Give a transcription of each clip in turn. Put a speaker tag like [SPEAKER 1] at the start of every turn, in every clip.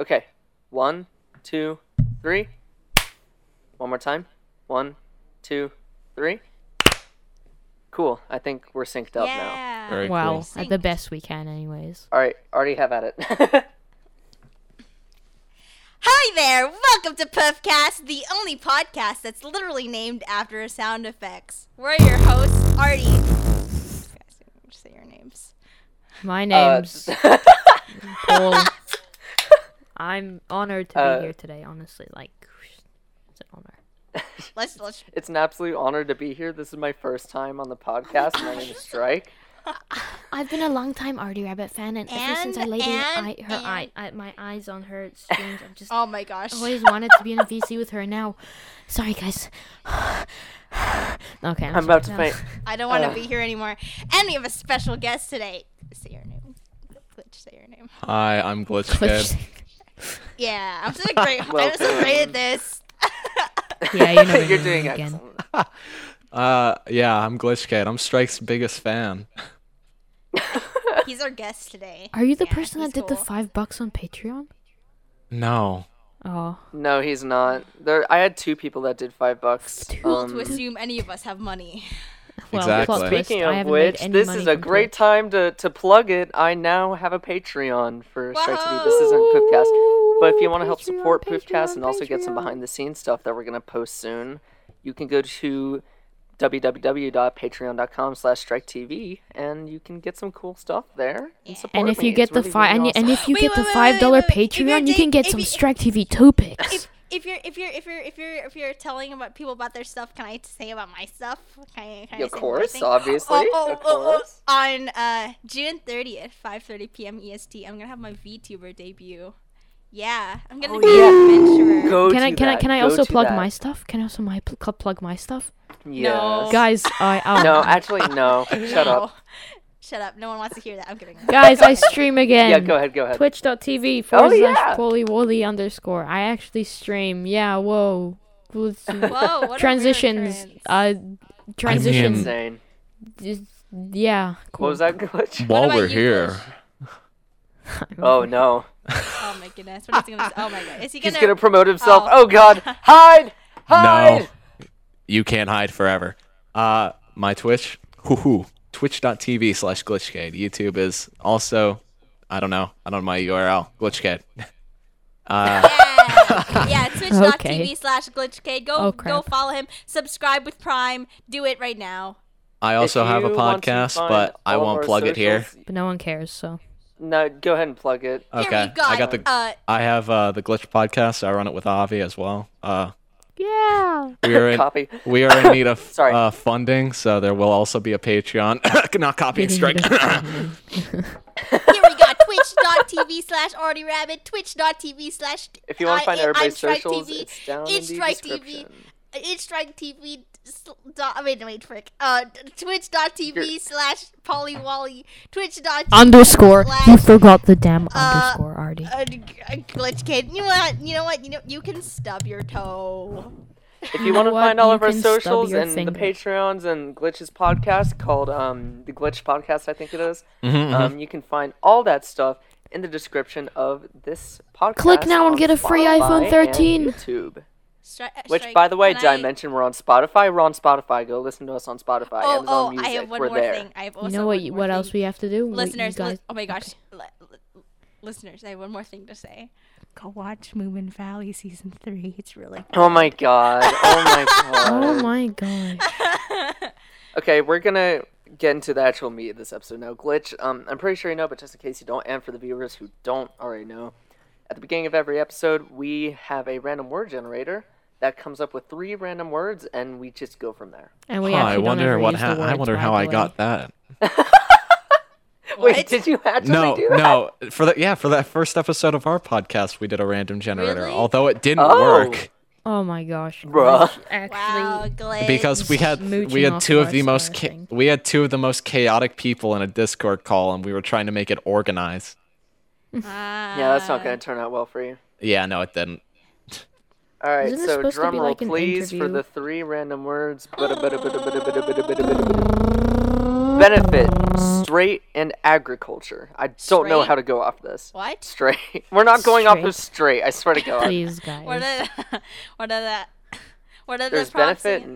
[SPEAKER 1] Okay. One, two, three. One more time. One, two, three. Cool. I think we're synced up now.
[SPEAKER 2] yeah.
[SPEAKER 3] Very
[SPEAKER 4] well,
[SPEAKER 3] cool.
[SPEAKER 4] at the best we can, anyways.
[SPEAKER 1] All right. Already have at it. Uh,
[SPEAKER 2] Hi there! Welcome to Puffcast, the only podcast that's literally named after sound effects. We're your hosts, Artie. Guys, I'm just say your names.
[SPEAKER 4] My
[SPEAKER 1] Uh,
[SPEAKER 4] name's Paul. I'm honored to
[SPEAKER 1] Uh,
[SPEAKER 4] be here today. Honestly, like, it's an honor.
[SPEAKER 2] Let's let's.
[SPEAKER 1] it's an absolute honor to be here. This is my first time on the podcast. My name is Strike.
[SPEAKER 4] I've been a long time Artie Rabbit fan, and, ever since I
[SPEAKER 2] And-
[SPEAKER 4] laid an
[SPEAKER 2] and-
[SPEAKER 4] eye, her
[SPEAKER 2] and-
[SPEAKER 4] eye, I, my eyes on her strings, I've just
[SPEAKER 2] Oh my gosh!
[SPEAKER 4] always wanted to be in a VC with her. and Now, sorry guys. okay, I'm,
[SPEAKER 1] I'm about to
[SPEAKER 4] sorry.
[SPEAKER 1] faint.
[SPEAKER 2] I don't want to
[SPEAKER 1] Ugh.
[SPEAKER 2] be here anymore. And we have a special guest today. Say your name. Glitch, say your name.
[SPEAKER 3] Hi, I'm Glitchhead.
[SPEAKER 4] Glitch.
[SPEAKER 2] Yeah, I'm such a great. I'm so
[SPEAKER 1] Welcome.
[SPEAKER 2] great at this.
[SPEAKER 4] yeah, you know my
[SPEAKER 1] You're
[SPEAKER 4] name
[SPEAKER 1] doing
[SPEAKER 4] again.
[SPEAKER 1] excellent.
[SPEAKER 3] Uh, yeah, I'm Glitchhead. I'm Strike's biggest fan.
[SPEAKER 2] He's our guest today.
[SPEAKER 4] Are you the
[SPEAKER 2] Yeah,
[SPEAKER 4] person that
[SPEAKER 2] he's
[SPEAKER 4] did the
[SPEAKER 2] cool.
[SPEAKER 4] five bucks on Patreon?
[SPEAKER 3] No,
[SPEAKER 4] Oh,
[SPEAKER 1] No, he's not. There, I had two people that did five bucks.
[SPEAKER 2] Cool to
[SPEAKER 1] Um,
[SPEAKER 2] assume any of us have money.
[SPEAKER 4] well,
[SPEAKER 3] Exactly.
[SPEAKER 4] plot twist,
[SPEAKER 1] Speaking
[SPEAKER 4] I
[SPEAKER 1] of
[SPEAKER 4] haven't
[SPEAKER 1] which,
[SPEAKER 4] made any
[SPEAKER 1] this
[SPEAKER 4] money
[SPEAKER 1] is a
[SPEAKER 4] from
[SPEAKER 1] great
[SPEAKER 4] Twitch.
[SPEAKER 1] time to, to plug it. I now have a Patreon for Strike to Be. This isn't Poofcast. But if you want to help
[SPEAKER 4] Patreon,
[SPEAKER 1] support Poofcast and
[SPEAKER 4] Patreon,
[SPEAKER 1] also get some
[SPEAKER 4] Patreon.
[SPEAKER 1] behind the scenes stuff that we're going to post soon, you can go to www.patreon.com slash striketv and you can get some cool stuff there and support
[SPEAKER 4] And if
[SPEAKER 1] me.
[SPEAKER 4] you get
[SPEAKER 1] It's
[SPEAKER 4] the
[SPEAKER 1] really,
[SPEAKER 4] five,
[SPEAKER 1] really
[SPEAKER 4] and, you, and if you
[SPEAKER 2] Wait,
[SPEAKER 4] get
[SPEAKER 2] wait,
[SPEAKER 4] the
[SPEAKER 2] wait, wait,
[SPEAKER 4] five dollar
[SPEAKER 2] wait, wait. If you're
[SPEAKER 4] Patreon, you can
[SPEAKER 2] dig-
[SPEAKER 4] get
[SPEAKER 2] if
[SPEAKER 4] some
[SPEAKER 2] you-
[SPEAKER 4] Strike TV two picks.
[SPEAKER 2] if if you're if you're if you're if you're if you're telling about people about their stuff, can I say about my stuff? Can I, can I
[SPEAKER 1] Of
[SPEAKER 2] say my
[SPEAKER 1] course,
[SPEAKER 2] thing?
[SPEAKER 1] obviously,
[SPEAKER 2] Oh, oh,
[SPEAKER 1] of
[SPEAKER 2] oh, oh,
[SPEAKER 1] course.
[SPEAKER 2] On uh, June 30th, 5:30 p.m. EST, E I'm gonna have my VTuber debut. Yeah, I'm gonna
[SPEAKER 1] Oh,
[SPEAKER 2] be
[SPEAKER 1] yeah.
[SPEAKER 2] an adventurer.
[SPEAKER 1] Go
[SPEAKER 4] Can
[SPEAKER 1] to
[SPEAKER 4] I can I
[SPEAKER 1] that.
[SPEAKER 4] can I
[SPEAKER 1] Go
[SPEAKER 4] also
[SPEAKER 1] to
[SPEAKER 4] plug
[SPEAKER 1] that.
[SPEAKER 4] my stuff? Can I also my pl- cl- plug my stuff?
[SPEAKER 1] Yes.
[SPEAKER 4] Guys, I um,
[SPEAKER 1] No, actually, no. Shut
[SPEAKER 2] No.
[SPEAKER 1] up.
[SPEAKER 2] Shut up. No one wants to hear that. I'm kidding.
[SPEAKER 4] guys, I stream again.
[SPEAKER 1] Yeah, go ahead, go ahead.
[SPEAKER 4] Twitch.tv forward
[SPEAKER 1] yeah.
[SPEAKER 4] slash polywolly underscore. I actually stream. Yeah, whoa. Let's-
[SPEAKER 2] Whoa, what a weird
[SPEAKER 4] transitions.
[SPEAKER 2] occurrence.
[SPEAKER 4] Uh, transitions.
[SPEAKER 1] Insane.
[SPEAKER 4] is- yeah, cool.
[SPEAKER 1] What was that glitch?
[SPEAKER 3] while
[SPEAKER 2] about
[SPEAKER 3] we're
[SPEAKER 2] you,
[SPEAKER 3] here,
[SPEAKER 2] Glitch?
[SPEAKER 1] Oh, no.
[SPEAKER 2] Oh my goodness. What is he gonna? Oh my god. Is he
[SPEAKER 1] He's
[SPEAKER 2] gonna?
[SPEAKER 1] gonna promote himself.
[SPEAKER 2] Oh.
[SPEAKER 1] Oh, God, hide, hide.
[SPEAKER 3] no, you can't hide forever. Uh, my Twitch, hoo twitch.tv slash glitchhead. YouTube is also, I don't know, I don't know my URL, glitchhead. Uh,
[SPEAKER 2] yeah, yeah twitch.tv
[SPEAKER 4] Okay.
[SPEAKER 2] slash glitchkid. Go
[SPEAKER 4] Oh,
[SPEAKER 2] go
[SPEAKER 4] crap.
[SPEAKER 2] follow him. Subscribe with Prime. Do it right now.
[SPEAKER 3] I also
[SPEAKER 1] If
[SPEAKER 3] have a
[SPEAKER 1] you want to
[SPEAKER 3] podcast,
[SPEAKER 1] find
[SPEAKER 3] but I
[SPEAKER 1] all of
[SPEAKER 3] won't
[SPEAKER 1] our
[SPEAKER 3] plug it here.
[SPEAKER 1] socials-
[SPEAKER 4] But no one cares, so.
[SPEAKER 1] No, go ahead and plug it.
[SPEAKER 2] Here we
[SPEAKER 3] Okay, I got the,
[SPEAKER 2] uh,
[SPEAKER 3] I have uh, the Glitch podcast. I run it with Avi as well. Uh,
[SPEAKER 4] Yeah.
[SPEAKER 3] we are in,
[SPEAKER 1] Copy.
[SPEAKER 3] we are in need of
[SPEAKER 1] Sorry.
[SPEAKER 3] uh, funding, so there will also be a Patreon. Not copy and strike.
[SPEAKER 2] Here we got twitch.tv slash arty rabbit, twitch.tv slash.
[SPEAKER 1] If you want to find
[SPEAKER 2] I-
[SPEAKER 1] everybody's
[SPEAKER 2] I'm Strike
[SPEAKER 1] socials,
[SPEAKER 2] TV,
[SPEAKER 1] it's down
[SPEAKER 2] it's
[SPEAKER 1] in the
[SPEAKER 2] Strike
[SPEAKER 1] description.
[SPEAKER 2] TV. It's strike TV. sl- Dot, oh, wait, wait, frick. Uh, twitch.tv
[SPEAKER 1] You're-
[SPEAKER 2] slash polywally, twitch.tv.
[SPEAKER 4] underscore. You
[SPEAKER 2] Slash,
[SPEAKER 4] forgot the damn
[SPEAKER 2] Uh,
[SPEAKER 4] underscore, Artie.
[SPEAKER 2] uh, g- uh, glitch kid. You know what? You know what? You know you can stub your toe.
[SPEAKER 1] If you want to
[SPEAKER 4] know what?
[SPEAKER 1] find all
[SPEAKER 4] You
[SPEAKER 1] of our
[SPEAKER 4] can stub
[SPEAKER 1] socials
[SPEAKER 4] your
[SPEAKER 1] and the
[SPEAKER 4] finger.
[SPEAKER 1] Patreons and Glitch's podcast called um, the Glitch Podcast, I think it is,
[SPEAKER 3] Mm-hmm,
[SPEAKER 1] um, you can find all that stuff in the description of this podcast.
[SPEAKER 4] Click now and
[SPEAKER 1] on
[SPEAKER 4] get a free
[SPEAKER 1] Spotify
[SPEAKER 4] iPhone
[SPEAKER 1] and
[SPEAKER 4] 13.
[SPEAKER 1] YouTube.
[SPEAKER 2] Stri- uh,
[SPEAKER 1] Which,
[SPEAKER 2] strike-
[SPEAKER 1] by the way,
[SPEAKER 2] can
[SPEAKER 1] did I mention we're on Spotify? We're on Spotify. Go listen to us on Spotify.
[SPEAKER 2] Oh,
[SPEAKER 1] Amazon
[SPEAKER 2] oh,
[SPEAKER 1] Music.
[SPEAKER 2] I have one
[SPEAKER 1] we're
[SPEAKER 2] more
[SPEAKER 1] there.
[SPEAKER 2] thing. I have also
[SPEAKER 4] You know what?
[SPEAKER 2] one
[SPEAKER 4] You,
[SPEAKER 2] more
[SPEAKER 4] what
[SPEAKER 2] thing.
[SPEAKER 4] else we have to do? What you
[SPEAKER 2] listeners, li-
[SPEAKER 4] guys-
[SPEAKER 2] oh my gosh, li- li- li- listeners, I have one more thing to say. Go watch Moomin Valley season three. It's really
[SPEAKER 1] Oh my god. Oh my god.
[SPEAKER 4] Oh my god.
[SPEAKER 1] Okay, we're gonna get into the actual meat of this episode now. Glitch, um, I'm pretty sure you know, but just in case you don't, and for the viewers who don't already know, at the beginning of every episode, we have a random word generator that comes up with three random words, and we just go from there.
[SPEAKER 4] And
[SPEAKER 3] Huh,
[SPEAKER 4] we
[SPEAKER 3] I
[SPEAKER 4] actually don't
[SPEAKER 3] wonder
[SPEAKER 4] ever
[SPEAKER 3] what
[SPEAKER 4] use the
[SPEAKER 3] ha- I
[SPEAKER 4] words,
[SPEAKER 3] wonder
[SPEAKER 4] by
[SPEAKER 3] how
[SPEAKER 4] the
[SPEAKER 3] I
[SPEAKER 4] way.
[SPEAKER 3] got that.
[SPEAKER 1] Wait, did you actually
[SPEAKER 3] No,
[SPEAKER 1] do that?
[SPEAKER 3] no, for that yeah, for that first episode of our podcast, we did a random generator,
[SPEAKER 2] Really?
[SPEAKER 3] although it didn't
[SPEAKER 1] Oh.
[SPEAKER 3] work
[SPEAKER 4] Oh my gosh.
[SPEAKER 1] Bruh.
[SPEAKER 4] Glitch Actually,
[SPEAKER 2] wow, glitch.
[SPEAKER 3] because we had
[SPEAKER 4] Mooching
[SPEAKER 3] we had
[SPEAKER 4] off
[SPEAKER 3] two of
[SPEAKER 4] our
[SPEAKER 3] the most
[SPEAKER 4] star
[SPEAKER 3] cha-
[SPEAKER 4] thing.
[SPEAKER 3] we had two of the most chaotic people in a Discord call, and we were trying to make it organized.
[SPEAKER 1] Yeah, that's
[SPEAKER 2] Uh.
[SPEAKER 1] not gonna turn out well for you.
[SPEAKER 3] Yeah, no, it didn't.
[SPEAKER 1] All right,
[SPEAKER 4] Isn't this
[SPEAKER 1] so
[SPEAKER 4] supposed to
[SPEAKER 1] drum
[SPEAKER 4] be
[SPEAKER 1] roll,
[SPEAKER 4] like an
[SPEAKER 1] please, for
[SPEAKER 4] interview?
[SPEAKER 1] the three random words. Bada bada bada bada bada bada bada bada bada. benefit straight and agriculture. I don't know
[SPEAKER 2] Straight?
[SPEAKER 1] how to go off this.
[SPEAKER 2] What?
[SPEAKER 1] Straight. We're not going off
[SPEAKER 4] Straight.
[SPEAKER 1] of straight. I swear to God.
[SPEAKER 4] Please, guys.
[SPEAKER 2] What are the, what are the, what are the
[SPEAKER 1] There's
[SPEAKER 2] prompts
[SPEAKER 1] benefit.
[SPEAKER 2] again?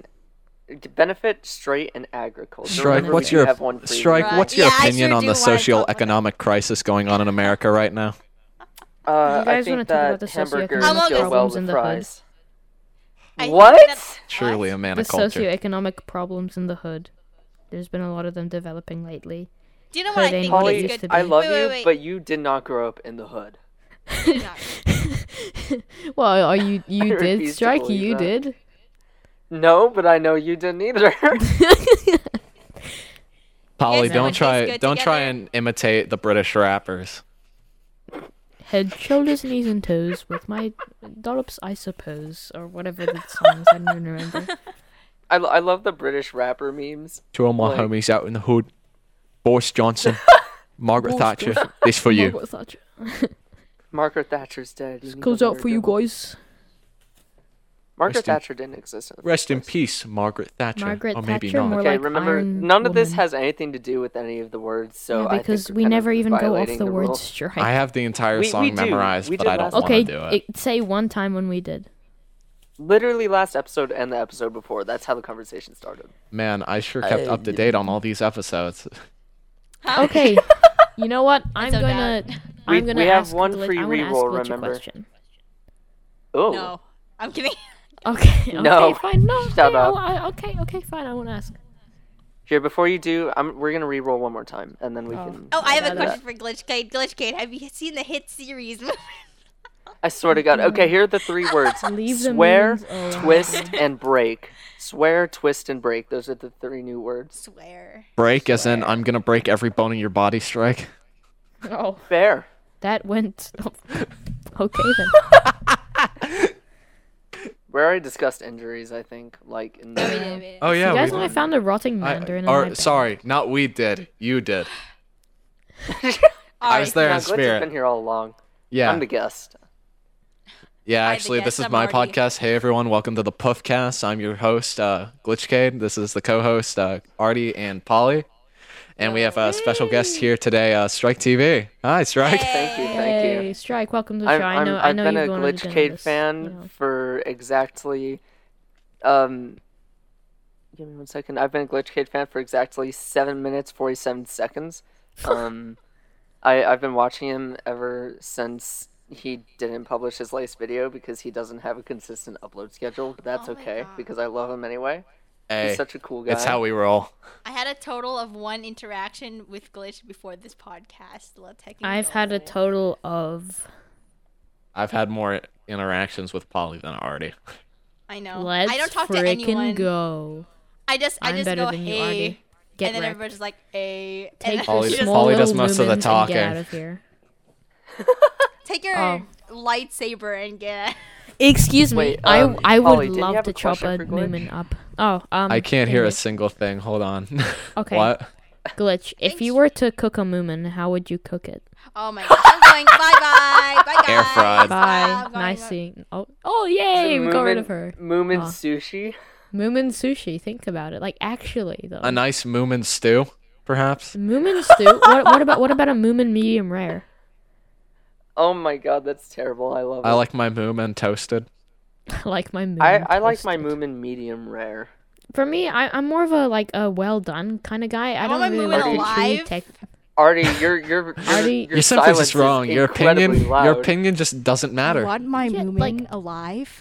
[SPEAKER 1] and- Benefit straight and agriculture.
[SPEAKER 3] Strike,
[SPEAKER 1] Remember,
[SPEAKER 3] what's
[SPEAKER 1] we do
[SPEAKER 3] your
[SPEAKER 1] have one free
[SPEAKER 3] strike?
[SPEAKER 2] Right.
[SPEAKER 3] What's your
[SPEAKER 2] Yeah, I
[SPEAKER 3] opinion
[SPEAKER 2] sure
[SPEAKER 3] on
[SPEAKER 2] do
[SPEAKER 3] the
[SPEAKER 2] wanna talk about
[SPEAKER 3] socioeconomic crisis going on in America right now?
[SPEAKER 1] Uh,
[SPEAKER 4] You guys
[SPEAKER 1] I
[SPEAKER 4] wanna
[SPEAKER 1] think
[SPEAKER 4] talk about
[SPEAKER 1] that
[SPEAKER 4] the
[SPEAKER 1] hamburgers
[SPEAKER 2] socioeconomic
[SPEAKER 1] go well
[SPEAKER 4] problems
[SPEAKER 1] with
[SPEAKER 4] in the hood?
[SPEAKER 1] fries.
[SPEAKER 2] I think
[SPEAKER 1] What?
[SPEAKER 2] that-
[SPEAKER 3] Truly a
[SPEAKER 2] What?
[SPEAKER 3] man
[SPEAKER 4] the
[SPEAKER 3] of culture.
[SPEAKER 4] socioeconomic problems in the hood. There's been a lot of them developing lately.
[SPEAKER 2] Do you know what I
[SPEAKER 4] Hood ain't
[SPEAKER 2] think
[SPEAKER 4] what it
[SPEAKER 2] is
[SPEAKER 1] Holly,
[SPEAKER 4] used
[SPEAKER 2] good?
[SPEAKER 4] to
[SPEAKER 1] I
[SPEAKER 4] be.
[SPEAKER 1] love
[SPEAKER 2] Wait, wait,
[SPEAKER 1] you,
[SPEAKER 2] wait.
[SPEAKER 1] but you did not grow up in the hood.
[SPEAKER 4] well, are you you did
[SPEAKER 1] refuse to
[SPEAKER 4] strike?
[SPEAKER 1] believe
[SPEAKER 4] You
[SPEAKER 1] that.
[SPEAKER 4] did.
[SPEAKER 1] No, but I know you didn't either.
[SPEAKER 2] Yes,
[SPEAKER 3] Polly, don't
[SPEAKER 2] everyone tastes
[SPEAKER 3] try
[SPEAKER 2] good
[SPEAKER 3] don't try
[SPEAKER 2] together.
[SPEAKER 3] and imitate the British rappers.
[SPEAKER 4] Head, shoulders, knees, and toes with my dollops, I suppose, or whatever the song is. I don't even remember.
[SPEAKER 1] I, lo- I love the British rapper memes.
[SPEAKER 3] To all my
[SPEAKER 1] Like-
[SPEAKER 3] homies out in the hood, Boris Johnson, Margaret
[SPEAKER 4] Boris
[SPEAKER 3] Thatcher, this for you.
[SPEAKER 4] Margaret Thatcher.
[SPEAKER 1] Margaret Thatcher's dead. You need
[SPEAKER 4] Comes
[SPEAKER 1] another
[SPEAKER 4] out for you
[SPEAKER 1] good one.
[SPEAKER 4] guys.
[SPEAKER 1] Margaret
[SPEAKER 3] Rest in-
[SPEAKER 1] Thatcher didn't exist. In the
[SPEAKER 3] Rest in
[SPEAKER 1] first place.
[SPEAKER 3] peace, Margaret Thatcher.
[SPEAKER 4] Margaret
[SPEAKER 3] or maybe
[SPEAKER 4] Thatcher,
[SPEAKER 3] not.
[SPEAKER 4] more
[SPEAKER 1] Okay,
[SPEAKER 4] like
[SPEAKER 1] remember,
[SPEAKER 4] Iron
[SPEAKER 1] none of this
[SPEAKER 4] Woman.
[SPEAKER 1] has anything to do with any of the words. So I
[SPEAKER 4] yeah,
[SPEAKER 1] think
[SPEAKER 4] because
[SPEAKER 1] we're
[SPEAKER 4] we
[SPEAKER 1] kind of
[SPEAKER 4] never even go off
[SPEAKER 1] violating
[SPEAKER 4] the, word
[SPEAKER 1] rule.
[SPEAKER 4] strike.
[SPEAKER 3] I have the entire
[SPEAKER 1] We-
[SPEAKER 3] song
[SPEAKER 1] we do.
[SPEAKER 3] memorized,
[SPEAKER 1] We
[SPEAKER 3] but
[SPEAKER 1] did
[SPEAKER 3] I don't
[SPEAKER 1] last
[SPEAKER 3] want to
[SPEAKER 4] okay,
[SPEAKER 3] do it.
[SPEAKER 4] it- say one time when we did.
[SPEAKER 1] Literally last episode and the episode before. That's how the conversation started.
[SPEAKER 3] Man, I sure
[SPEAKER 1] Uh,
[SPEAKER 3] kept up to date on all these episodes.
[SPEAKER 2] Huh?
[SPEAKER 4] Okay, you know what? I'm
[SPEAKER 2] Ah. so
[SPEAKER 4] gonna.
[SPEAKER 2] bad.
[SPEAKER 1] We-
[SPEAKER 4] I'm gonna
[SPEAKER 1] we have
[SPEAKER 4] ask
[SPEAKER 1] one
[SPEAKER 4] Glitch-
[SPEAKER 1] free
[SPEAKER 4] I wanna ask
[SPEAKER 1] reroll,
[SPEAKER 4] Glitch a
[SPEAKER 1] remember?
[SPEAKER 4] question.
[SPEAKER 1] Oh,
[SPEAKER 2] No, I'm kidding.
[SPEAKER 4] Okay.
[SPEAKER 1] No.
[SPEAKER 4] Okay, fine. No.
[SPEAKER 1] Shut
[SPEAKER 4] okay,
[SPEAKER 1] up.
[SPEAKER 4] oh, I- okay. Okay. Fine. I won't ask.
[SPEAKER 1] here before you do, I'm, we're gonna re-roll one more time and then we
[SPEAKER 4] Oh.
[SPEAKER 1] can.
[SPEAKER 2] Oh, I have
[SPEAKER 1] do
[SPEAKER 2] a
[SPEAKER 1] that.
[SPEAKER 2] question for Glitchcade. Glitchcade, have you seen the hit series?
[SPEAKER 1] I swear to God. Okay, here are the three words:
[SPEAKER 4] Leave the
[SPEAKER 1] swear,
[SPEAKER 4] memes alone.
[SPEAKER 1] twist, and break. Swear, twist, and break. Those are the three new words.
[SPEAKER 2] Swear.
[SPEAKER 3] Break, as in I'm gonna break every bone in your body. Strike.
[SPEAKER 4] Oh,
[SPEAKER 1] Fair.
[SPEAKER 4] that went. Okay then.
[SPEAKER 1] We already discussed injuries, I think. Like, in
[SPEAKER 2] Wait,
[SPEAKER 1] the...
[SPEAKER 2] wait, wait.
[SPEAKER 3] Oh yeah.
[SPEAKER 4] you guys
[SPEAKER 3] we
[SPEAKER 4] know I
[SPEAKER 3] did.
[SPEAKER 4] found a rotting
[SPEAKER 3] I-
[SPEAKER 4] mandarin in my
[SPEAKER 3] or
[SPEAKER 4] bed.
[SPEAKER 3] sorry, not we did. You did. I
[SPEAKER 2] Alright,
[SPEAKER 3] was there
[SPEAKER 1] Now,
[SPEAKER 3] in
[SPEAKER 1] Glitch has been
[SPEAKER 3] spirit.
[SPEAKER 1] here all along.
[SPEAKER 3] Yeah.
[SPEAKER 1] I'm the guest.
[SPEAKER 3] Yeah,
[SPEAKER 2] the
[SPEAKER 3] actually, this
[SPEAKER 2] guest,
[SPEAKER 3] is
[SPEAKER 2] I'm
[SPEAKER 3] my
[SPEAKER 2] already-
[SPEAKER 3] podcast. Hey, everyone, welcome to the Puffcast. I'm your host, uh, Glitchcade. This is the co-host, uh, Artie and Polly, and we have a special guest here today, uh, Strike TV. Hi, Strike.
[SPEAKER 1] Thank you, thank
[SPEAKER 4] Hey,
[SPEAKER 1] you.
[SPEAKER 4] strike! Welcome to the
[SPEAKER 1] I'm,
[SPEAKER 4] show. I
[SPEAKER 1] I'm,
[SPEAKER 4] know. I
[SPEAKER 1] I've
[SPEAKER 4] know
[SPEAKER 1] been a
[SPEAKER 4] you've wanted to
[SPEAKER 1] Glitch
[SPEAKER 4] do
[SPEAKER 1] Cade
[SPEAKER 4] this,
[SPEAKER 1] fan
[SPEAKER 4] you know.
[SPEAKER 1] for exactly. Um, give me one second. I've been a Glitch Cade fan for exactly seven minutes forty-seven seconds. Um, I I've been watching him ever since he didn't publish his latest video because he doesn't have a consistent upload schedule. But that's
[SPEAKER 2] Oh my
[SPEAKER 1] okay
[SPEAKER 2] God.
[SPEAKER 1] because I love him anyway.
[SPEAKER 3] Hey,
[SPEAKER 1] He's such a cool guy.
[SPEAKER 3] it's how we roll.
[SPEAKER 2] I had a total of one interaction with Glitch before this podcast. Let's heck and
[SPEAKER 4] I've
[SPEAKER 2] go.
[SPEAKER 4] had a total of.
[SPEAKER 3] I've had more interactions with Polly than Artie.
[SPEAKER 2] I know.
[SPEAKER 4] Let's
[SPEAKER 2] I don't talk to
[SPEAKER 4] freaking
[SPEAKER 2] anyone.
[SPEAKER 4] go.
[SPEAKER 2] I just, I
[SPEAKER 4] am
[SPEAKER 2] just
[SPEAKER 4] better
[SPEAKER 2] go,
[SPEAKER 4] than you,
[SPEAKER 2] hey,
[SPEAKER 4] Artie. Get
[SPEAKER 2] and then
[SPEAKER 4] wrecked.
[SPEAKER 2] everybody's like, hey, and
[SPEAKER 4] Take
[SPEAKER 2] then
[SPEAKER 3] Polly-
[SPEAKER 2] she
[SPEAKER 4] your
[SPEAKER 2] just
[SPEAKER 4] small
[SPEAKER 3] Polly does
[SPEAKER 4] little
[SPEAKER 3] most of the
[SPEAKER 4] lumens and Get
[SPEAKER 3] talking.
[SPEAKER 4] out of here.
[SPEAKER 2] take your
[SPEAKER 4] Oh.
[SPEAKER 2] lightsaber and get.
[SPEAKER 4] Excuse me.
[SPEAKER 1] Wait,
[SPEAKER 4] I
[SPEAKER 1] um,
[SPEAKER 4] I would
[SPEAKER 1] Polly, didn't you
[SPEAKER 4] love
[SPEAKER 1] have a
[SPEAKER 4] to chop a
[SPEAKER 1] question for Glitch?
[SPEAKER 4] Newman up. Oh, um.
[SPEAKER 3] I can't hear
[SPEAKER 4] dang
[SPEAKER 3] a
[SPEAKER 4] it.
[SPEAKER 3] single thing. Hold on.
[SPEAKER 4] Okay.
[SPEAKER 3] What?
[SPEAKER 4] glitch. If
[SPEAKER 2] Thanks,
[SPEAKER 4] you were to cook a moomin, how would you cook it?
[SPEAKER 2] Oh my gosh, I'm going. bye bye, bye guys.
[SPEAKER 3] Air
[SPEAKER 2] Ah,
[SPEAKER 3] fried.
[SPEAKER 4] Bye.
[SPEAKER 2] I'm going-
[SPEAKER 4] Nice seeing. Oh, oh, yay! We got rid of her. Ah.
[SPEAKER 1] Moomin
[SPEAKER 4] Aw.
[SPEAKER 1] sushi.
[SPEAKER 4] Moomin sushi. Think about it. Like actually, though.
[SPEAKER 3] A nice Moomin stew, perhaps.
[SPEAKER 4] Moomin stew. what, what about what about a moomin medium rare?
[SPEAKER 1] Oh my god, that's terrible. I love it.
[SPEAKER 3] I like my Moomin toasted.
[SPEAKER 4] like my moomin.
[SPEAKER 1] I, I like my
[SPEAKER 4] toasted.
[SPEAKER 1] Moomin medium rare.
[SPEAKER 4] For me, I, I'm more of a like a well done kind of guy. I,
[SPEAKER 2] I
[SPEAKER 4] don't
[SPEAKER 2] want my
[SPEAKER 4] really
[SPEAKER 2] moomin
[SPEAKER 4] like to
[SPEAKER 2] alive.
[SPEAKER 4] tech.
[SPEAKER 1] Artie, your your your,
[SPEAKER 4] Artie-
[SPEAKER 1] your
[SPEAKER 3] You're simply
[SPEAKER 1] silence
[SPEAKER 3] just
[SPEAKER 1] is
[SPEAKER 3] wrong. Your
[SPEAKER 1] incredibly
[SPEAKER 3] opinion,
[SPEAKER 1] loud.
[SPEAKER 3] your opinion just doesn't matter.
[SPEAKER 5] want my
[SPEAKER 4] Yeah,
[SPEAKER 5] Moomin
[SPEAKER 4] like-
[SPEAKER 5] alive?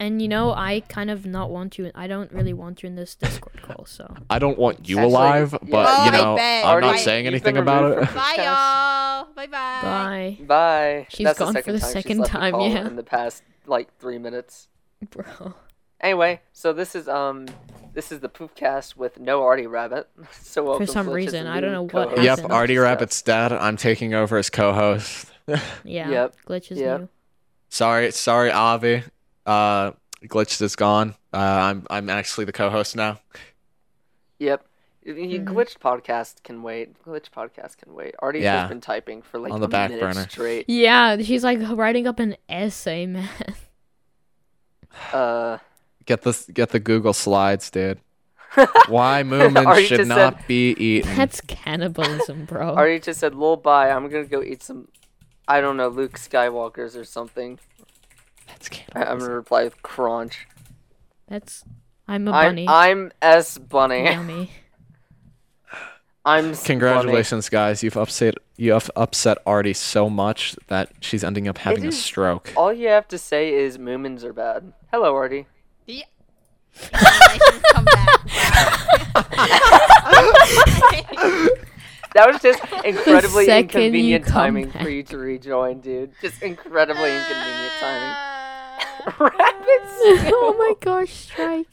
[SPEAKER 4] And you know, I kind of not want you. I don't really want you in this Discord call. So
[SPEAKER 3] I don't want you
[SPEAKER 1] Actually,
[SPEAKER 3] alive,
[SPEAKER 1] yeah.
[SPEAKER 3] but
[SPEAKER 2] Oh, I
[SPEAKER 3] you know,
[SPEAKER 2] bet.
[SPEAKER 3] I'm not
[SPEAKER 2] Already-
[SPEAKER 3] saying
[SPEAKER 1] you've
[SPEAKER 3] anything
[SPEAKER 1] been
[SPEAKER 3] about
[SPEAKER 1] removed
[SPEAKER 3] it.
[SPEAKER 1] from podcast.
[SPEAKER 2] Bye y'all. Bye bye.
[SPEAKER 4] bye,
[SPEAKER 1] Bye.
[SPEAKER 4] She's
[SPEAKER 1] That's
[SPEAKER 4] gone
[SPEAKER 1] the second
[SPEAKER 4] for the
[SPEAKER 1] time she's
[SPEAKER 4] second
[SPEAKER 1] left the
[SPEAKER 4] time,
[SPEAKER 1] call
[SPEAKER 4] yeah.
[SPEAKER 1] In the past like three minutes.
[SPEAKER 4] bro.
[SPEAKER 1] Anyway, so this is um this is the Poofcast with no Artie Rabbit. So welcome.
[SPEAKER 4] some
[SPEAKER 1] Glitch as a
[SPEAKER 4] reason, I
[SPEAKER 1] new
[SPEAKER 4] don't know what
[SPEAKER 1] co-host.
[SPEAKER 4] happened.
[SPEAKER 3] Yep, Artie Rabbit's dad. I'm taking over as co-host.
[SPEAKER 4] Yeah.
[SPEAKER 1] Yep.
[SPEAKER 4] Glitch is
[SPEAKER 1] Yep.
[SPEAKER 4] new.
[SPEAKER 3] sorry, sorry, Avi. Uh, glitched is gone. Uh, I'm I'm actually the co-host now.
[SPEAKER 1] Yep. Y- y-
[SPEAKER 4] Mm-hmm.
[SPEAKER 1] Glitch podcast can wait. Glitch podcast can wait. Artie's
[SPEAKER 3] Yeah.
[SPEAKER 1] just been typing for like
[SPEAKER 3] On the
[SPEAKER 1] a
[SPEAKER 3] back
[SPEAKER 1] minute
[SPEAKER 3] burner.
[SPEAKER 1] straight.
[SPEAKER 4] Yeah, she's like writing up an essay, man.
[SPEAKER 1] Uh,
[SPEAKER 3] Get this, get the Google slides, dude. Why Moomin
[SPEAKER 1] Ari
[SPEAKER 3] should
[SPEAKER 1] just
[SPEAKER 3] not
[SPEAKER 1] said-
[SPEAKER 3] be eaten.
[SPEAKER 4] That's cannibalism, bro.
[SPEAKER 1] Ari just said, "Lol, bye. I'm gonna go eat some, I don't know, Luke Skywalker's or something."
[SPEAKER 4] That's
[SPEAKER 1] I- I'm
[SPEAKER 4] cannibalism.
[SPEAKER 1] gonna reply with crunch.
[SPEAKER 4] That's. I'm a
[SPEAKER 1] I'm
[SPEAKER 4] bunny.
[SPEAKER 1] I'm S Bunny.
[SPEAKER 4] Yummy.
[SPEAKER 1] I'm S
[SPEAKER 3] Congratulations, guys! You've upset you have upset Artie so much that she's ending up having a
[SPEAKER 1] is-
[SPEAKER 3] stroke.
[SPEAKER 1] Bunny. All you have to say is Moomins are bad. Hello, Artie.
[SPEAKER 2] Yeah. I should come back.
[SPEAKER 1] That was just incredibly
[SPEAKER 4] second you
[SPEAKER 1] inconvenient
[SPEAKER 4] come
[SPEAKER 1] timing
[SPEAKER 4] back.
[SPEAKER 1] for you to rejoin, dude. Just incredibly inconvenient timing.
[SPEAKER 2] Uh,
[SPEAKER 1] Rabbits.
[SPEAKER 4] oh my gosh, strike.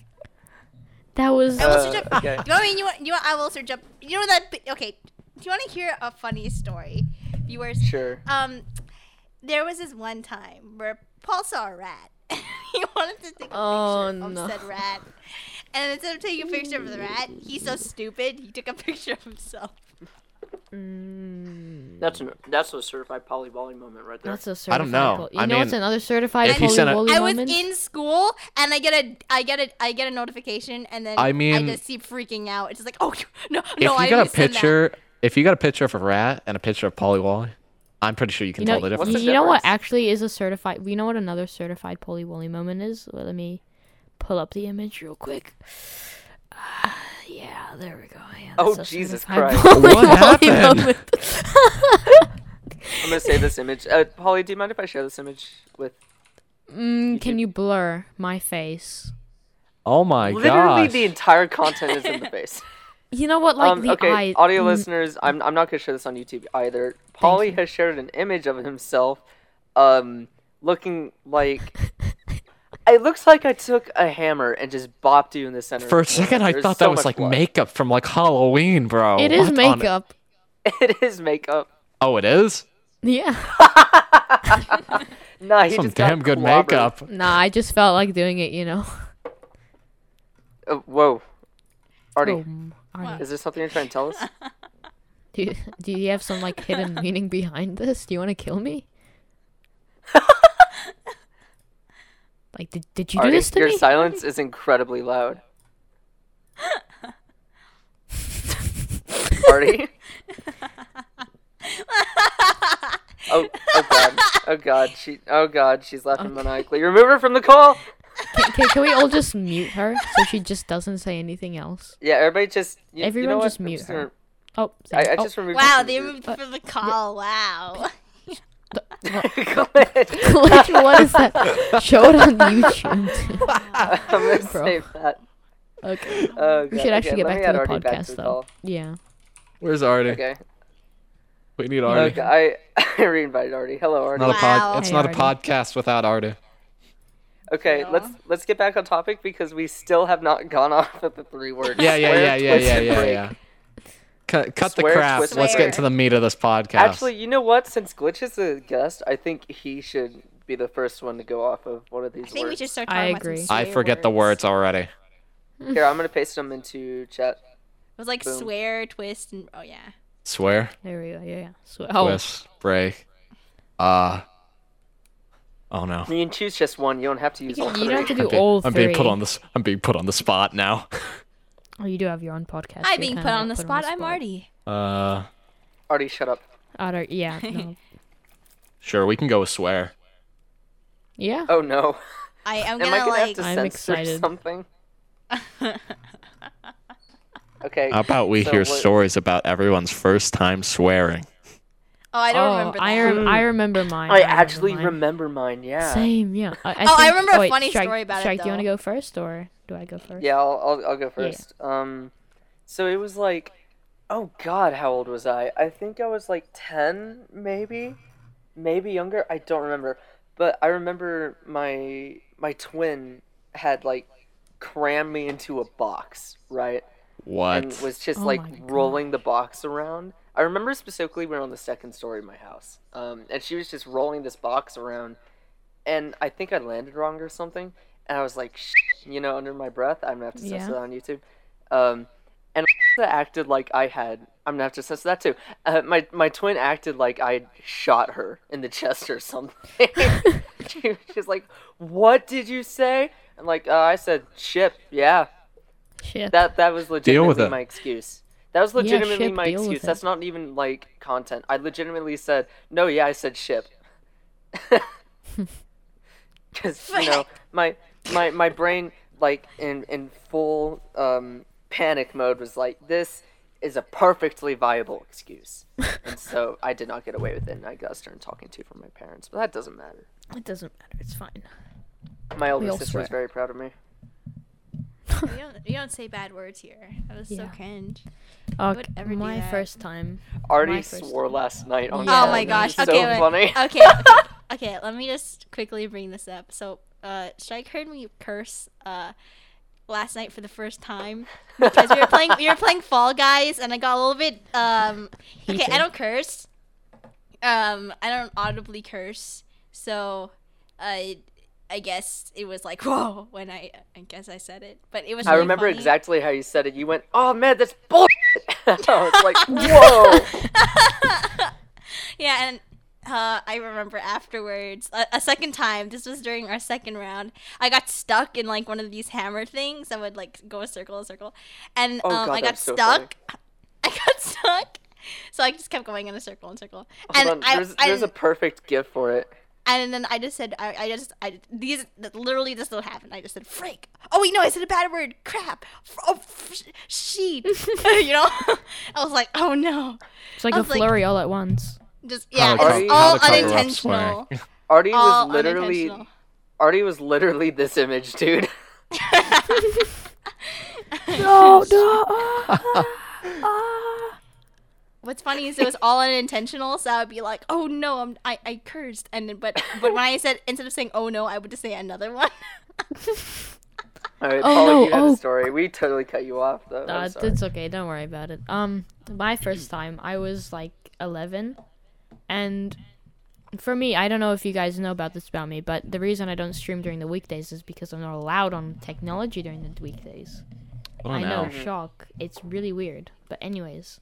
[SPEAKER 4] That was.
[SPEAKER 2] I will
[SPEAKER 1] Uh,
[SPEAKER 2] suggest-
[SPEAKER 1] okay.
[SPEAKER 2] You know, what I mean, you want, you want, I will also jump. You know that? bi- Okay. Do you want to hear a funny story, viewers?
[SPEAKER 1] Sure.
[SPEAKER 2] Um, there was this one time where Paul saw a rat. he wanted to take a
[SPEAKER 4] Oh,
[SPEAKER 2] picture
[SPEAKER 4] no.
[SPEAKER 2] of said rat, and instead of taking a picture of the rat, he's so stupid. He took a picture of himself.
[SPEAKER 4] Mm,
[SPEAKER 1] That's an, that's a certified polyvolley moment right there.
[SPEAKER 4] that's a certified.
[SPEAKER 3] I don't know.
[SPEAKER 4] goal. You
[SPEAKER 3] I
[SPEAKER 4] know what's
[SPEAKER 3] mean,
[SPEAKER 4] another certified
[SPEAKER 3] if you
[SPEAKER 4] holy
[SPEAKER 3] sent a-
[SPEAKER 4] woolly
[SPEAKER 2] I was
[SPEAKER 4] moment?
[SPEAKER 2] in school, and I get a, I get a, I get a notification, and then
[SPEAKER 3] I mean-
[SPEAKER 2] I just keep freaking out. It's just like, oh no,
[SPEAKER 3] If
[SPEAKER 2] no, I
[SPEAKER 3] you got a
[SPEAKER 2] didn't send that.
[SPEAKER 3] picture, if you got a picture of a rat and a picture of Polywally, I'm pretty sure you can
[SPEAKER 4] You know,
[SPEAKER 3] tell the
[SPEAKER 1] What's
[SPEAKER 3] difference.
[SPEAKER 1] the
[SPEAKER 4] you know what
[SPEAKER 1] difference?
[SPEAKER 4] actually is a certified. You know what another certified poly woolly moment is? Well, let me pull up the image real quick. Ah, yeah, there we go. Yeah,
[SPEAKER 1] Oh,
[SPEAKER 4] that's a
[SPEAKER 1] Jesus
[SPEAKER 4] certified
[SPEAKER 1] Christ.
[SPEAKER 4] poly
[SPEAKER 3] What
[SPEAKER 4] woolly
[SPEAKER 3] happened?
[SPEAKER 4] moment.
[SPEAKER 1] I'm gonna save this image. Uh, Polly, do you mind if I share this image with?
[SPEAKER 4] Mm, can you blur my face?
[SPEAKER 3] Oh my
[SPEAKER 1] Literally,
[SPEAKER 3] gosh!
[SPEAKER 1] the entire content is in the base.
[SPEAKER 4] You know what? Like
[SPEAKER 1] um,
[SPEAKER 4] the
[SPEAKER 1] okay,
[SPEAKER 4] eye.
[SPEAKER 1] audio
[SPEAKER 4] mm,
[SPEAKER 1] listeners, I'm, I'm not gonna share this on YouTube either. Polly has shared an image of himself, um, looking like it looks like I took a hammer and just bopped you in the center.
[SPEAKER 3] For a
[SPEAKER 1] of the floor.
[SPEAKER 3] second, I
[SPEAKER 1] There's
[SPEAKER 3] thought
[SPEAKER 1] so
[SPEAKER 3] that was
[SPEAKER 1] much
[SPEAKER 3] like
[SPEAKER 1] blood.
[SPEAKER 3] makeup from like Halloween, bro.
[SPEAKER 4] It is
[SPEAKER 3] Oh, What on-
[SPEAKER 4] makeup.
[SPEAKER 1] It is makeup.
[SPEAKER 3] Oh, it is.
[SPEAKER 4] Yeah.
[SPEAKER 1] Nah, he
[SPEAKER 3] Some
[SPEAKER 1] just got
[SPEAKER 3] damn good
[SPEAKER 1] clobbered.
[SPEAKER 3] makeup.
[SPEAKER 4] nah, I just felt like doing it. You know.
[SPEAKER 1] Uh, whoa, Artie,
[SPEAKER 4] Boom. Alright.
[SPEAKER 1] is there something you're trying to tell us?
[SPEAKER 4] Do you, do you have some like hidden meaning behind this? Do you want to kill me? like, did, did you do
[SPEAKER 1] Artie,
[SPEAKER 4] this to
[SPEAKER 1] your
[SPEAKER 4] me?
[SPEAKER 1] silence is incredibly loud. Artie. oh, oh god. Oh god. She oh god, she's laughing maniacally. Remove her from the call.
[SPEAKER 4] Can, can, can we all just mute her so she just doesn't say anything else?
[SPEAKER 1] Yeah, everybody just you, you
[SPEAKER 4] Everyone
[SPEAKER 1] know what?
[SPEAKER 4] just
[SPEAKER 1] I'm
[SPEAKER 4] mute
[SPEAKER 1] gonna-
[SPEAKER 4] her. Oh,
[SPEAKER 1] I, I
[SPEAKER 4] oh,
[SPEAKER 1] just removed
[SPEAKER 2] Wow,
[SPEAKER 1] her from
[SPEAKER 2] they
[SPEAKER 1] the
[SPEAKER 2] moved from the call. Wow.
[SPEAKER 1] group.
[SPEAKER 4] Glitch, what is that? Show it on YouTube. dude.
[SPEAKER 1] I'm gonna
[SPEAKER 4] Bro.
[SPEAKER 1] save that.
[SPEAKER 4] okay.
[SPEAKER 1] Oh, God.
[SPEAKER 4] We should
[SPEAKER 1] okay,
[SPEAKER 4] actually get
[SPEAKER 1] let
[SPEAKER 4] back
[SPEAKER 1] me
[SPEAKER 4] to
[SPEAKER 1] add
[SPEAKER 4] the
[SPEAKER 1] Artie back
[SPEAKER 4] podcast
[SPEAKER 1] to the
[SPEAKER 4] though.
[SPEAKER 1] call.
[SPEAKER 4] Yeah.
[SPEAKER 3] Where's Artie?
[SPEAKER 1] Okay.
[SPEAKER 3] We need
[SPEAKER 1] Okay.
[SPEAKER 3] Artie.
[SPEAKER 1] I I reinvited Artie. Hello, Artie.
[SPEAKER 3] Not a
[SPEAKER 2] Wow.
[SPEAKER 3] pod. It's
[SPEAKER 4] Hey,
[SPEAKER 3] not a
[SPEAKER 4] Artie.
[SPEAKER 3] podcast without Artie.
[SPEAKER 1] Okay, let's let's get back on topic because we still have not gone off at the three words.
[SPEAKER 3] Yeah, yeah,
[SPEAKER 1] Swear,
[SPEAKER 3] yeah, yeah,
[SPEAKER 1] twist,
[SPEAKER 3] yeah,
[SPEAKER 1] and
[SPEAKER 3] yeah,
[SPEAKER 1] break.
[SPEAKER 3] yeah. Cut, cut the
[SPEAKER 1] Swear,
[SPEAKER 3] crap.
[SPEAKER 1] twist,
[SPEAKER 3] Let's
[SPEAKER 2] Swear.
[SPEAKER 3] get to the meat of this podcast.
[SPEAKER 1] Actually, you know what? Since Glitch is a guest, I think he should be the first one to go off of one of these
[SPEAKER 2] I think we
[SPEAKER 1] words.
[SPEAKER 2] should start
[SPEAKER 4] I
[SPEAKER 2] talking about some
[SPEAKER 4] agree.
[SPEAKER 3] I
[SPEAKER 2] swear
[SPEAKER 3] forget the words already.
[SPEAKER 1] Here, I'm gonna paste them into chat.
[SPEAKER 2] It was like
[SPEAKER 1] Boom.
[SPEAKER 2] swear, twist, and oh yeah.
[SPEAKER 3] Swear,
[SPEAKER 4] There we go. Yeah. yeah. So, oh,
[SPEAKER 3] twist, break. Uh. Oh no.
[SPEAKER 1] You can choose just one. You don't have to use
[SPEAKER 4] you
[SPEAKER 1] all
[SPEAKER 4] you don't
[SPEAKER 1] three.
[SPEAKER 4] have to do
[SPEAKER 3] I'm being-
[SPEAKER 4] all three.
[SPEAKER 3] I'm being put on this. I'm being put on the spot now.
[SPEAKER 4] Oh, you do have your own podcast. so
[SPEAKER 2] I'm
[SPEAKER 4] you're
[SPEAKER 2] being
[SPEAKER 4] kinda,
[SPEAKER 2] put on the
[SPEAKER 4] like,
[SPEAKER 2] spot. I'm Artie.
[SPEAKER 3] Uh,
[SPEAKER 1] Already shut up.
[SPEAKER 4] Otter, yeah, no.
[SPEAKER 3] sure, we can go with swear.
[SPEAKER 4] yeah.
[SPEAKER 1] Oh no.
[SPEAKER 2] I am
[SPEAKER 1] Am I
[SPEAKER 2] gonna
[SPEAKER 1] gonna
[SPEAKER 2] like.
[SPEAKER 1] have to
[SPEAKER 4] I'm
[SPEAKER 1] censor
[SPEAKER 4] excited.
[SPEAKER 1] something? okay.
[SPEAKER 3] How about we
[SPEAKER 1] so
[SPEAKER 3] hear
[SPEAKER 1] what-
[SPEAKER 3] stories about everyone's first time swearing?
[SPEAKER 2] Oh, I don't remember. That.
[SPEAKER 4] I, rem- I remember mine.
[SPEAKER 1] I
[SPEAKER 4] remember
[SPEAKER 1] actually
[SPEAKER 4] mine.
[SPEAKER 1] remember mine. Yeah.
[SPEAKER 4] Same, yeah. I,
[SPEAKER 2] Oh, I
[SPEAKER 4] think-
[SPEAKER 2] remember a
[SPEAKER 4] wait,
[SPEAKER 2] funny
[SPEAKER 4] Shrike-
[SPEAKER 2] story about it,
[SPEAKER 4] Shrike, do you want to
[SPEAKER 2] though.
[SPEAKER 4] go first or do I go first?
[SPEAKER 1] Yeah, I'll, I'll, I'll go first. Um, so it was like, oh god, how old was I? I think I was like 10, maybe, maybe younger. I don't remember, but I remember my my twin had like crammed me into a box, right?
[SPEAKER 3] What?
[SPEAKER 1] And was just
[SPEAKER 4] Oh
[SPEAKER 1] like
[SPEAKER 4] my God.
[SPEAKER 1] rolling the box around. I remember specifically we were on the second story of my house, um, and she was just rolling this box around, and I think I landed wrong or something, and I was like, Shh, you know, under my breath. I'm gonna have to censor
[SPEAKER 4] Yeah.
[SPEAKER 1] that on YouTube. Um, and acted like I had. I'm gonna have to censor that too. Uh, my my twin acted like I had shot her in the chest or something. she was just like, "What did you say?" And like, uh, I said, "Ship, yeah."
[SPEAKER 4] Shit.
[SPEAKER 1] That that was
[SPEAKER 3] Deal
[SPEAKER 1] legitimately
[SPEAKER 3] with it.
[SPEAKER 1] my excuse. That was legitimately
[SPEAKER 4] ship,
[SPEAKER 1] my
[SPEAKER 4] deal with
[SPEAKER 1] excuse.
[SPEAKER 4] it.
[SPEAKER 1] That's not even like content. I legitimately said, "No, yeah, I said ship." Cuz you know, my my my brain like in in full um panic mode was like, "This is a perfectly viable excuse." and so I did not get away with it. And I got started talking to from my parents, but that doesn't matter.
[SPEAKER 4] It doesn't matter. It's fine.
[SPEAKER 1] My older
[SPEAKER 4] all
[SPEAKER 1] sister was
[SPEAKER 4] swear.
[SPEAKER 1] very proud of me.
[SPEAKER 2] You don't, you don't say bad words here. That was so
[SPEAKER 4] Yeah.
[SPEAKER 2] cringe.
[SPEAKER 4] Uh,
[SPEAKER 2] would
[SPEAKER 4] c-
[SPEAKER 2] ever do
[SPEAKER 4] my
[SPEAKER 2] that.
[SPEAKER 4] first time.
[SPEAKER 1] Artie
[SPEAKER 4] My first
[SPEAKER 1] swore last night on
[SPEAKER 4] Yeah,
[SPEAKER 2] oh my
[SPEAKER 1] camera.
[SPEAKER 2] gosh.
[SPEAKER 1] It was
[SPEAKER 2] okay,
[SPEAKER 1] so
[SPEAKER 2] wait.
[SPEAKER 1] funny.
[SPEAKER 2] okay, okay. Okay, let me just quickly bring this up. So, uh, Strike heard me curse uh, last night for the first time because we were playing we were playing Fall Guys, and I got a little bit. Um, okay, I
[SPEAKER 4] Heated.
[SPEAKER 2] don't curse. Um, I don't audibly curse, so I I guess it was like whoa when I I guess I said it, but it was.
[SPEAKER 1] I
[SPEAKER 2] really
[SPEAKER 1] remember
[SPEAKER 2] funny.
[SPEAKER 1] exactly how you said it. You went, "Oh man, that's bullshit." I was like, "Whoa!"
[SPEAKER 2] Yeah, and uh, I remember afterwards, a, a second time, this was during our second round, I got stuck in like one of these hammer things that would like go circle, circle. And
[SPEAKER 1] Oh,
[SPEAKER 2] um,
[SPEAKER 1] God,
[SPEAKER 2] I got
[SPEAKER 1] that's so
[SPEAKER 2] stuck. I got stuck. So I just kept going in a circle and circle.
[SPEAKER 1] Oh, Hold
[SPEAKER 2] and
[SPEAKER 1] on.
[SPEAKER 2] I,
[SPEAKER 1] there's,
[SPEAKER 2] I-
[SPEAKER 1] there's a perfect gift for it.
[SPEAKER 2] and then I just said, I, I just, I, these, that literally this will happen. I just said, freak. Oh, wait, no, I said a bad word. Crap. F- oh, f- sheet. you know? I was like, oh no.
[SPEAKER 4] It's like
[SPEAKER 2] I
[SPEAKER 4] a
[SPEAKER 2] was like-
[SPEAKER 4] flurry all at once.
[SPEAKER 2] Just,
[SPEAKER 3] How
[SPEAKER 2] yeah,
[SPEAKER 3] to
[SPEAKER 1] cover-
[SPEAKER 2] it's
[SPEAKER 1] how
[SPEAKER 2] all
[SPEAKER 1] to cover up
[SPEAKER 2] unintentional.
[SPEAKER 3] swearing.
[SPEAKER 1] Artie
[SPEAKER 2] All
[SPEAKER 1] was literally,
[SPEAKER 2] unintentional.
[SPEAKER 1] Artie was literally this image, dude.
[SPEAKER 2] Oh,
[SPEAKER 4] No, no.
[SPEAKER 2] What's funny is it was all unintentional, so I would be like, "Oh no, I'm, I I cursed," and then- but but when I said instead of saying "oh no," I would just say another one.
[SPEAKER 1] All right,
[SPEAKER 4] Oh,
[SPEAKER 1] Paula,
[SPEAKER 4] no,
[SPEAKER 1] you had
[SPEAKER 4] oh.
[SPEAKER 1] a story. We totally cut you off though. I'm
[SPEAKER 4] Uh,
[SPEAKER 1] sorry.
[SPEAKER 4] it's okay. Don't worry about it. Um, my first time, I was like 11, and for me, I don't know if you guys know about this about me, but the reason I don't stream during the weekdays is because I'm not allowed on technology during the weekdays.
[SPEAKER 3] Oh
[SPEAKER 4] I
[SPEAKER 3] no.
[SPEAKER 4] know,
[SPEAKER 1] Mm-hmm.
[SPEAKER 4] shock. It's really weird. But anyways,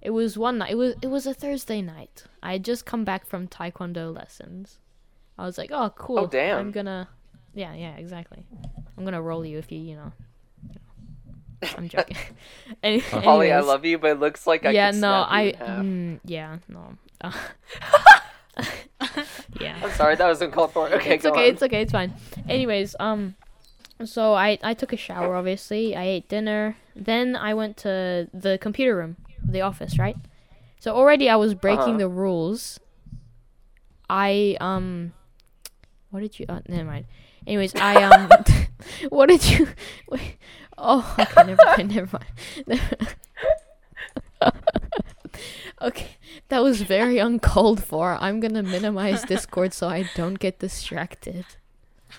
[SPEAKER 4] it was one night. It was it was a Thursday night. I had just come back from taekwondo lessons. I was like, oh cool.
[SPEAKER 1] damn.
[SPEAKER 4] I'm gonna, yeah, yeah, exactly. I'm gonna roll you if you, you know. I'm joking. Any-
[SPEAKER 1] Polly, I
[SPEAKER 4] anyways
[SPEAKER 1] love you, but it looks like I
[SPEAKER 4] yeah,
[SPEAKER 1] could snap
[SPEAKER 4] no,
[SPEAKER 1] you
[SPEAKER 4] I
[SPEAKER 1] in half.
[SPEAKER 4] mm, yeah, no. Uh, yeah.
[SPEAKER 1] I'm sorry, that was uncalled for. Okay,
[SPEAKER 4] It's
[SPEAKER 1] go
[SPEAKER 4] okay,
[SPEAKER 1] on.
[SPEAKER 4] it's okay, it's fine. Anyways, um so I I took a shower obviously. I ate dinner. Then I went to the computer room, the office, right? So already I was breaking
[SPEAKER 1] Uh-huh.
[SPEAKER 4] the rules. I um what did you uh, never mind. Anyways, I um what did you wait, oh okay, never mind, never mind. okay. That was very uncalled for. I'm gonna minimize Discord so I don't get distracted.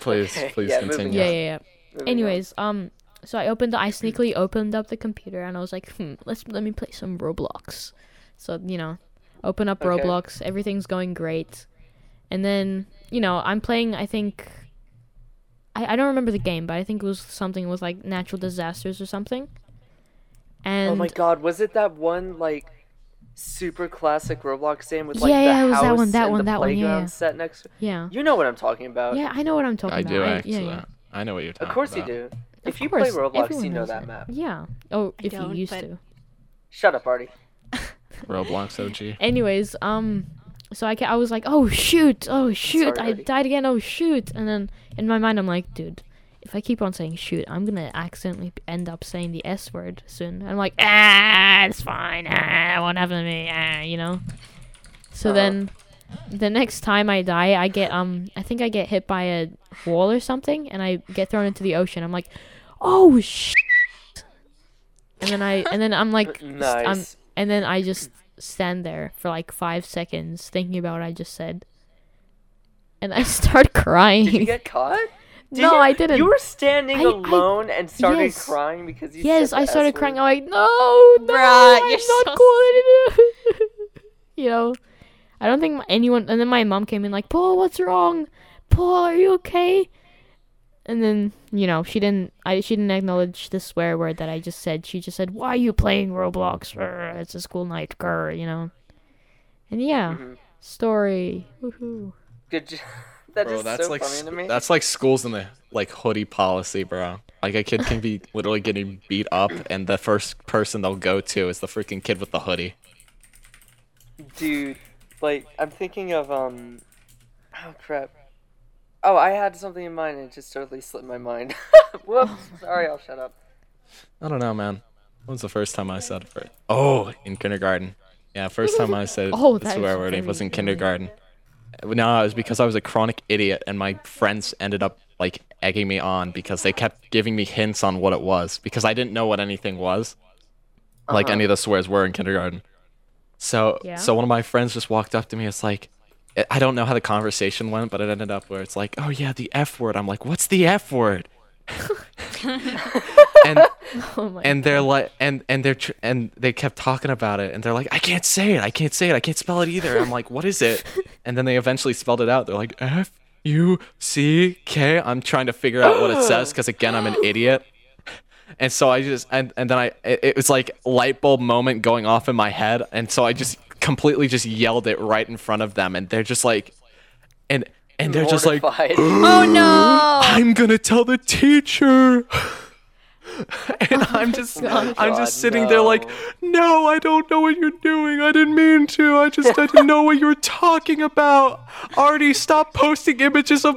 [SPEAKER 3] Please,
[SPEAKER 1] Okay,
[SPEAKER 3] please
[SPEAKER 1] yeah, moving
[SPEAKER 3] continue.
[SPEAKER 4] Yeah, yeah, yeah.
[SPEAKER 1] Moving on.
[SPEAKER 4] Anyways, um, so I opened, I sneakily opened up the computer and I was like, hmm, let's let me play some Roblox. So you know, open up
[SPEAKER 1] Okay.
[SPEAKER 4] Roblox. Everything's going great, and then you know I'm playing. I think I I don't remember the game, but I think it was something with like natural disasters or something. And
[SPEAKER 1] Oh my god, was it that one like super classic Roblox game with like
[SPEAKER 4] Yeah,
[SPEAKER 1] the
[SPEAKER 4] yeah, it was that
[SPEAKER 1] house
[SPEAKER 4] one, that
[SPEAKER 1] and
[SPEAKER 4] one,
[SPEAKER 1] the
[SPEAKER 4] that one, yeah,
[SPEAKER 1] playground
[SPEAKER 4] yeah.
[SPEAKER 1] set next? to-
[SPEAKER 4] yeah,
[SPEAKER 1] You know what I'm talking about.
[SPEAKER 4] yeah, I know what I'm talking
[SPEAKER 3] I
[SPEAKER 4] about.
[SPEAKER 3] do
[SPEAKER 4] I-
[SPEAKER 3] actually.
[SPEAKER 4] yeah, yeah.
[SPEAKER 3] I know what you're talking
[SPEAKER 1] Of course you
[SPEAKER 3] about.
[SPEAKER 1] do.
[SPEAKER 4] Of
[SPEAKER 1] if you play
[SPEAKER 4] course,
[SPEAKER 1] Roblox, you
[SPEAKER 4] everyone
[SPEAKER 1] know
[SPEAKER 4] knows
[SPEAKER 1] that
[SPEAKER 4] it.
[SPEAKER 1] map.
[SPEAKER 4] Yeah. Oh, if you
[SPEAKER 2] don't,
[SPEAKER 4] used
[SPEAKER 2] but-
[SPEAKER 4] to.
[SPEAKER 1] Shut up, Artie.
[SPEAKER 3] Roblox OG.
[SPEAKER 4] anyways, um, so I, ca- I was like, oh shoot, oh shoot,
[SPEAKER 1] Sorry,
[SPEAKER 4] I
[SPEAKER 1] buddy.
[SPEAKER 4] died again, oh shoot, and then in my mind I'm like, dude, if I keep on saying shoot, I'm gonna accidentally end up saying the S word soon. And I'm like, ah, it's fine, ah, it won't happen to me, ah, you know. So
[SPEAKER 1] Uh-huh.
[SPEAKER 4] then, the next time I die, I get um, I think I get hit by a wall or something, and I get thrown into the ocean. I'm like, oh shit. And then I and then I'm like st- I'm-
[SPEAKER 1] Nice.
[SPEAKER 4] and then I just stand there for like five seconds thinking about what I just said. And I start crying.
[SPEAKER 1] Did you get caught? Did
[SPEAKER 4] No,
[SPEAKER 1] you-
[SPEAKER 4] I didn't.
[SPEAKER 1] You were standing
[SPEAKER 4] I- I-
[SPEAKER 1] alone and started
[SPEAKER 4] yes.
[SPEAKER 1] crying because you.
[SPEAKER 4] yes,
[SPEAKER 1] said the
[SPEAKER 4] I started
[SPEAKER 1] S-word.
[SPEAKER 4] crying. I'm like, no, no,
[SPEAKER 2] Bruh,
[SPEAKER 4] I'm
[SPEAKER 2] you're so
[SPEAKER 4] not cool anymore." you know, I don't think anyone. And then my mom came in like, Paul, what's wrong? Paul, are you okay? And then you know she didn't. I she didn't acknowledge the swear word that I just said. She just said, "Why are you playing Roblox? Grr, It's a school night, grr," you know. And yeah, story. Woohoo.
[SPEAKER 1] Good. j- That is
[SPEAKER 3] Bro, that's
[SPEAKER 1] so
[SPEAKER 3] like
[SPEAKER 1] funny
[SPEAKER 3] sc-
[SPEAKER 1] to me.
[SPEAKER 3] that's like schools in the like hoodie policy, bro. Like a kid can be literally getting beat up, and the first person they'll go to is the freaking kid with the hoodie.
[SPEAKER 1] Dude, like I'm thinking of um oh crap. Oh, I had something in mind and it just totally slipped my mind. Whoops. Sorry, I'll shut up.
[SPEAKER 3] I don't know, man. When was the first time I said it? For... Oh, in kindergarten. Yeah, first time I said
[SPEAKER 4] Oh,
[SPEAKER 3] the
[SPEAKER 4] that is
[SPEAKER 3] swear word it was
[SPEAKER 4] very
[SPEAKER 3] in kindergarten. No, it was because I was a chronic idiot, and my friends ended up like egging me on because they kept giving me hints on what it was because I didn't know what anything was, like any of the swears were in kindergarten. So,
[SPEAKER 4] Uh-huh. Yeah.
[SPEAKER 3] so one of my friends just walked up to me. It's like, I- I don't know how the conversation went, but it ended up where it's like, oh yeah, the F word. I'm like, what's the F word? and
[SPEAKER 4] Oh my.
[SPEAKER 3] and they're like and and they're tr- and they kept talking about it and they're like i can't say it i can't say it i can't spell it either i'm like what is it and then they eventually spelled it out they're like f u c k i'm trying to figure out what it says because again i'm an idiot and so i just and, and then i it, it was like light bulb moment going off in my head and so i just completely just yelled it right in front of them and they're just like and and they're just like
[SPEAKER 1] Mortified.
[SPEAKER 2] Oh no!
[SPEAKER 3] I'm gonna tell the teacher. and
[SPEAKER 2] Oh
[SPEAKER 3] I'm just
[SPEAKER 1] God.
[SPEAKER 3] I'm
[SPEAKER 1] God,
[SPEAKER 3] just sitting there like, no, I don't know what you're doing. I didn't mean to. I just I didn't know what you were talking about. Artie, stop posting images of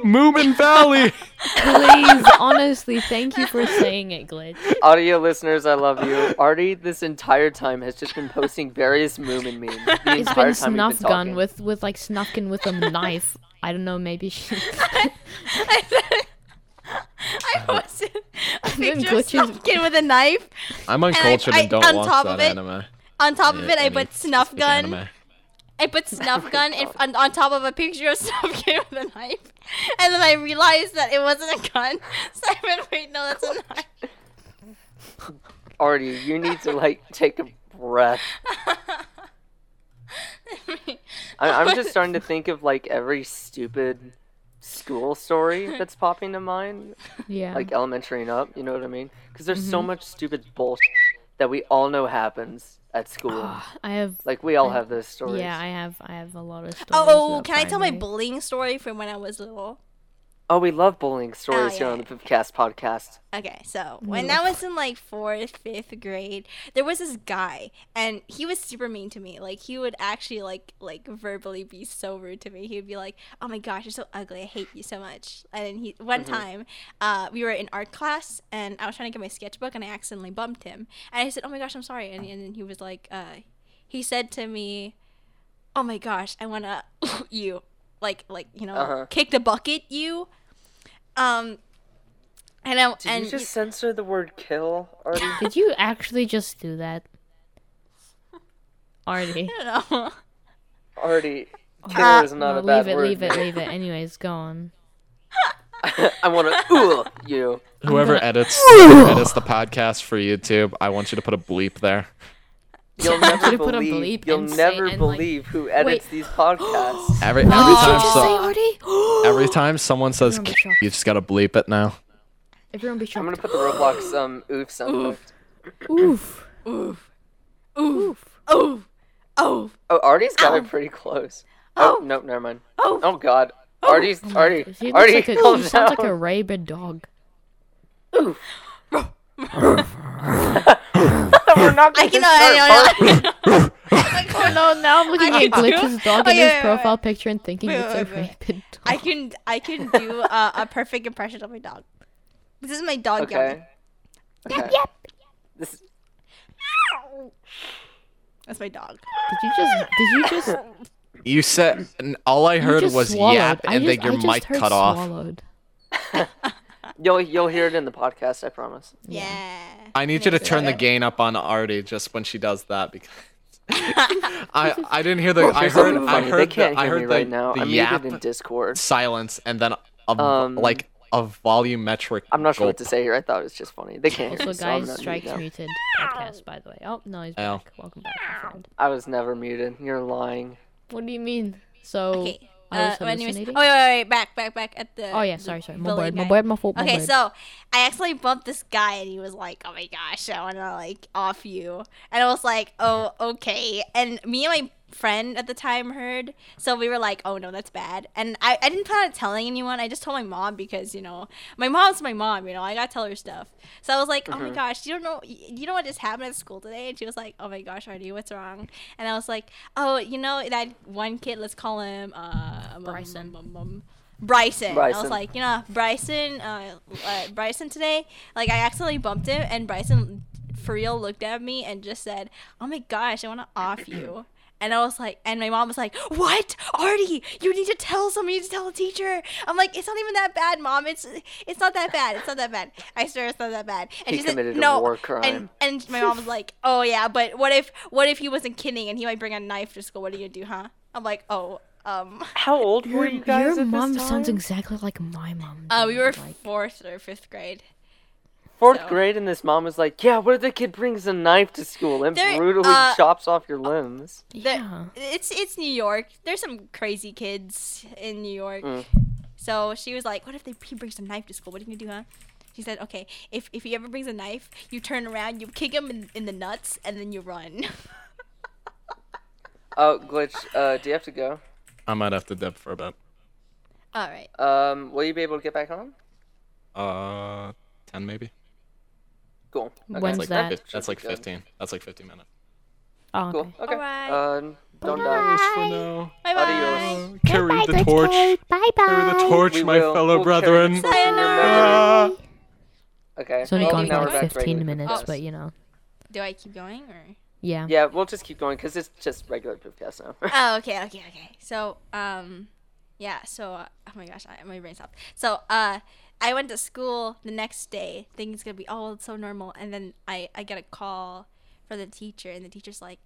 [SPEAKER 3] Moomin Valley.
[SPEAKER 4] Please, honestly, thank you for saying it, Glitch.
[SPEAKER 1] Audio listeners, I love you. Artie, this entire time has just been posting various Moomin memes. The
[SPEAKER 4] It's
[SPEAKER 1] entire
[SPEAKER 4] been
[SPEAKER 1] time we've
[SPEAKER 4] snuff
[SPEAKER 1] been
[SPEAKER 4] gun
[SPEAKER 1] talking.
[SPEAKER 4] with with like snuffkin with a knife. I don't know, maybe she.
[SPEAKER 2] I posted a picture of
[SPEAKER 4] glitches-
[SPEAKER 2] some kid with a knife.
[SPEAKER 3] I'm
[SPEAKER 2] uncultured and I- don't on watch top of that it,
[SPEAKER 3] anime.
[SPEAKER 2] On top of it, I put snuff gun. I put snuff gun in, on, on top of a picture of snuff kid with a knife, and then I realized that it wasn't a gun. So I went, wait, no, that's a knife.
[SPEAKER 1] Artie, you need to like take a breath. I- I'm just starting to think of like every stupid school story that's popping to mind,
[SPEAKER 4] Yeah.
[SPEAKER 1] like elementary and up. You know what I mean? Because there's
[SPEAKER 4] Mm-hmm.
[SPEAKER 1] so much stupid bullshit that we all know happens at school.
[SPEAKER 4] Ah. I have.
[SPEAKER 1] like we all have those stories.
[SPEAKER 4] Yeah, I have. I have a lot of stories.
[SPEAKER 2] Oh,
[SPEAKER 4] about
[SPEAKER 2] can I tell my
[SPEAKER 4] primary.
[SPEAKER 2] bullying story from when I was little?
[SPEAKER 1] Oh, we love bullying stories
[SPEAKER 4] Oh,
[SPEAKER 1] here
[SPEAKER 2] yeah,
[SPEAKER 1] on the Pipcast podcast.
[SPEAKER 2] Okay,
[SPEAKER 4] Mm-hmm.
[SPEAKER 2] so when I was in like fourth, fifth grade, there was this guy, and he was super mean to me. Like he would actually like like verbally be so rude to me. He would be like, "Oh my gosh, you're so ugly. I hate you so much." And then he one
[SPEAKER 4] Mm-hmm.
[SPEAKER 2] time, uh, we were in art class, and I was trying to get my sketchbook, and I accidentally bumped him. And I said, "Oh my gosh, I'm sorry." And, and then he was like, uh, he said to me, "Oh my gosh, I wanna you like like you know
[SPEAKER 1] Uh-huh.
[SPEAKER 2] kick the bucket you." Um. And I
[SPEAKER 1] Did
[SPEAKER 2] and
[SPEAKER 1] you just censor the word "kill," Artie?
[SPEAKER 4] Did you actually just do that, Artie?
[SPEAKER 2] I don't know.
[SPEAKER 1] Artie, killer is not
[SPEAKER 4] No,
[SPEAKER 1] a bad
[SPEAKER 4] leave it,
[SPEAKER 1] word.
[SPEAKER 4] leave it, leave it. Anyways, go on.
[SPEAKER 1] I want to ooh you.
[SPEAKER 3] Whoever edits whoever edits the podcast for YouTube, I want you to put a bleep there.
[SPEAKER 1] You'll
[SPEAKER 4] should
[SPEAKER 1] never
[SPEAKER 4] have put a
[SPEAKER 1] believe.
[SPEAKER 4] bleep
[SPEAKER 1] you'll
[SPEAKER 4] and say-
[SPEAKER 1] never
[SPEAKER 4] and, like-
[SPEAKER 1] believe who edits
[SPEAKER 4] Wait.
[SPEAKER 1] these podcasts.
[SPEAKER 3] Every every
[SPEAKER 2] Oh,
[SPEAKER 3] time
[SPEAKER 4] Just
[SPEAKER 3] so,
[SPEAKER 4] say Artie.
[SPEAKER 3] every time someone says
[SPEAKER 4] Everyone be shocked.
[SPEAKER 3] you just gotta bleep it now.
[SPEAKER 4] Everyone be
[SPEAKER 1] I'm gonna
[SPEAKER 4] shocked.
[SPEAKER 1] put the Roblox um oof sound. effect.
[SPEAKER 4] Oof.
[SPEAKER 2] Oh, oh,
[SPEAKER 1] Oh, Artie's got it pretty close. Oh, nope, never mind.
[SPEAKER 2] Oh.
[SPEAKER 1] oh God, Artie's Artie,
[SPEAKER 4] He Oh. looks
[SPEAKER 1] Artie,
[SPEAKER 4] like a,
[SPEAKER 1] calm
[SPEAKER 4] he sounds like
[SPEAKER 1] down.
[SPEAKER 4] a rabid dog.
[SPEAKER 1] We're not
[SPEAKER 2] I
[SPEAKER 1] gonna
[SPEAKER 2] cannot.
[SPEAKER 1] start
[SPEAKER 2] I
[SPEAKER 1] barking.
[SPEAKER 2] know.
[SPEAKER 4] Oh no! Now I'm looking
[SPEAKER 2] I
[SPEAKER 4] at
[SPEAKER 2] can do-
[SPEAKER 4] Glitch's dog
[SPEAKER 2] Oh,
[SPEAKER 4] in
[SPEAKER 2] yeah,
[SPEAKER 4] his
[SPEAKER 2] yeah,
[SPEAKER 4] profile picture and thinking
[SPEAKER 2] Wait,
[SPEAKER 4] it's
[SPEAKER 2] wait,
[SPEAKER 4] a
[SPEAKER 2] wait.
[SPEAKER 4] rabid dog.
[SPEAKER 2] I can. I can do uh, a perfect impression of my dog. This is my dog yelling.
[SPEAKER 1] Okay. okay. This
[SPEAKER 2] That's my dog.
[SPEAKER 4] Did you just? Did you just?
[SPEAKER 3] You said and all I
[SPEAKER 4] You
[SPEAKER 3] heard
[SPEAKER 4] just
[SPEAKER 3] was
[SPEAKER 4] swallowed.
[SPEAKER 3] yap,
[SPEAKER 4] I
[SPEAKER 3] and
[SPEAKER 4] just,
[SPEAKER 3] then your
[SPEAKER 4] I just
[SPEAKER 3] mic
[SPEAKER 4] heard
[SPEAKER 3] cut off.
[SPEAKER 4] swallowed.
[SPEAKER 1] you'll you'll hear it in the podcast. I promise.
[SPEAKER 2] Yeah.
[SPEAKER 3] I need you to turn the gain up on Artie just when she does that because I I didn't hear the I
[SPEAKER 1] Here's
[SPEAKER 3] heard
[SPEAKER 1] something
[SPEAKER 3] I
[SPEAKER 1] funny. They
[SPEAKER 3] heard
[SPEAKER 1] can't hear
[SPEAKER 3] the, I
[SPEAKER 1] me
[SPEAKER 3] heard the,
[SPEAKER 1] right now.
[SPEAKER 3] the
[SPEAKER 1] I'm
[SPEAKER 3] yap
[SPEAKER 1] muted in Discord.
[SPEAKER 3] silence and then a v-
[SPEAKER 1] Um,
[SPEAKER 3] like a volumetric.
[SPEAKER 1] I'm not sure what
[SPEAKER 3] gulp.
[SPEAKER 1] to say here. I thought it was just funny. They can't hear
[SPEAKER 4] Also,
[SPEAKER 1] me, so I'm
[SPEAKER 4] guys,
[SPEAKER 1] not
[SPEAKER 4] strikes
[SPEAKER 1] muted now.
[SPEAKER 4] muted podcast. By the way. Oh no, he's
[SPEAKER 3] Ow.
[SPEAKER 4] back. Welcome back, my friend.
[SPEAKER 1] I was never muted. You're lying.
[SPEAKER 4] What do you mean? So
[SPEAKER 2] Okay.
[SPEAKER 4] I
[SPEAKER 2] Uh,
[SPEAKER 4] was
[SPEAKER 2] but anyways, oh wait,
[SPEAKER 4] hallucinating.
[SPEAKER 2] wait, wait, back, back, back at the.
[SPEAKER 4] Oh yeah,
[SPEAKER 2] the
[SPEAKER 4] sorry, sorry. My
[SPEAKER 2] bully
[SPEAKER 4] bad, my
[SPEAKER 2] guy.
[SPEAKER 4] bad, my fault. Oh my
[SPEAKER 2] Okay,
[SPEAKER 4] bad.
[SPEAKER 2] so I accidentally bumped this guy, and he was like, "Oh my gosh, I wanna like off you," and I was like, "Oh, okay." And me and my
[SPEAKER 5] friend at the time heard. So we were like, oh no, that's bad. And I, I didn't plan on telling anyone. I just told my mom because, you know, my mom's my mom, you know, I gotta tell her stuff. So I was like, oh my gosh, you don't know, you know what just happened at school today? And she was like, oh my gosh, Artie, what's wrong? And I was like, oh, you know, that one kid, let's call him uh, um,
[SPEAKER 4] Bryson.
[SPEAKER 5] um, um, um, Bryson. I
[SPEAKER 1] Bryson.
[SPEAKER 5] was like, you know, Bryson, uh, uh, Bryson today, like I accidentally bumped him, and Bryson for real looked at me and just said, "Oh my gosh, I want to off you." And I was like, and my mom was like, "What, Artie? You need to tell someone. You need to tell a teacher." I'm like, "It's not even that bad, mom. It's it's not that bad. It's not that bad. I swear, it's not that bad." And
[SPEAKER 1] He committed a
[SPEAKER 5] "No."
[SPEAKER 1] war crime.
[SPEAKER 5] And, and my mom was like, "Oh yeah, but what if what if he wasn't kidding and he might bring a knife to school? What are you gonna do, huh?" I'm like, "Oh, um."
[SPEAKER 1] How old were you guys at
[SPEAKER 4] Your
[SPEAKER 1] this
[SPEAKER 4] mom
[SPEAKER 1] time?
[SPEAKER 4] sounds exactly like my mom.
[SPEAKER 5] Uh,
[SPEAKER 2] Oh,
[SPEAKER 5] we
[SPEAKER 4] dude,
[SPEAKER 5] were
[SPEAKER 4] like,
[SPEAKER 5] fourth or fifth grade.
[SPEAKER 1] Fourth
[SPEAKER 5] so-
[SPEAKER 1] grade, and this mom was like, "Yeah, what if the kid brings a knife to school and
[SPEAKER 5] There-
[SPEAKER 1] brutally
[SPEAKER 5] uh,
[SPEAKER 1] chops off your limbs?"
[SPEAKER 5] The-
[SPEAKER 4] Yeah.
[SPEAKER 5] It's it's New York. There's some crazy kids in New York.
[SPEAKER 1] Mm.
[SPEAKER 5] So she was like, "What if they, he brings a knife to school? What are you gonna do, huh?" She said, "Okay, if if he ever brings a knife, you turn around, you kick him in, in the nuts, and then you run."
[SPEAKER 1] Oh, glitch. Uh, do you have to go?
[SPEAKER 3] I might have to dip for a bit.
[SPEAKER 5] All right.
[SPEAKER 1] Um, will you be able to get back home?
[SPEAKER 3] Uh, ten maybe.
[SPEAKER 1] Cool. Okay.
[SPEAKER 4] When's
[SPEAKER 3] That's like
[SPEAKER 4] that?
[SPEAKER 3] fif- that's like
[SPEAKER 1] Should be good.
[SPEAKER 3] fifteen. That's like fifteen minutes.
[SPEAKER 4] Oh,
[SPEAKER 1] Cool. Okay.
[SPEAKER 5] Alright.
[SPEAKER 1] Um, don't die.
[SPEAKER 3] for now.
[SPEAKER 5] Bye bye.
[SPEAKER 1] Adios.
[SPEAKER 3] Carry the torch.
[SPEAKER 4] Bye
[SPEAKER 3] Carry the torch,
[SPEAKER 1] We
[SPEAKER 3] my
[SPEAKER 1] will-
[SPEAKER 3] fellow
[SPEAKER 1] we'll carry the
[SPEAKER 3] brethren.
[SPEAKER 1] torch in your memory.
[SPEAKER 3] Ah.
[SPEAKER 1] Okay.
[SPEAKER 4] It's only
[SPEAKER 1] well,
[SPEAKER 4] gone
[SPEAKER 1] now we're
[SPEAKER 4] for like
[SPEAKER 1] back to
[SPEAKER 4] 15
[SPEAKER 1] regular
[SPEAKER 4] minutes,
[SPEAKER 5] Oh.
[SPEAKER 1] podcast.
[SPEAKER 4] but you know.
[SPEAKER 5] Do I keep going or?
[SPEAKER 4] Yeah.
[SPEAKER 1] Yeah, we'll just keep going because it's just regular podcast now.
[SPEAKER 5] Oh, okay, okay, okay. So, um, yeah. So, uh, oh my gosh, I, my brain stopped. So, uh, I went to school the next day, thinking it's gonna be oh, it's so normal, and then I I get a call from the teacher, and the teacher's like,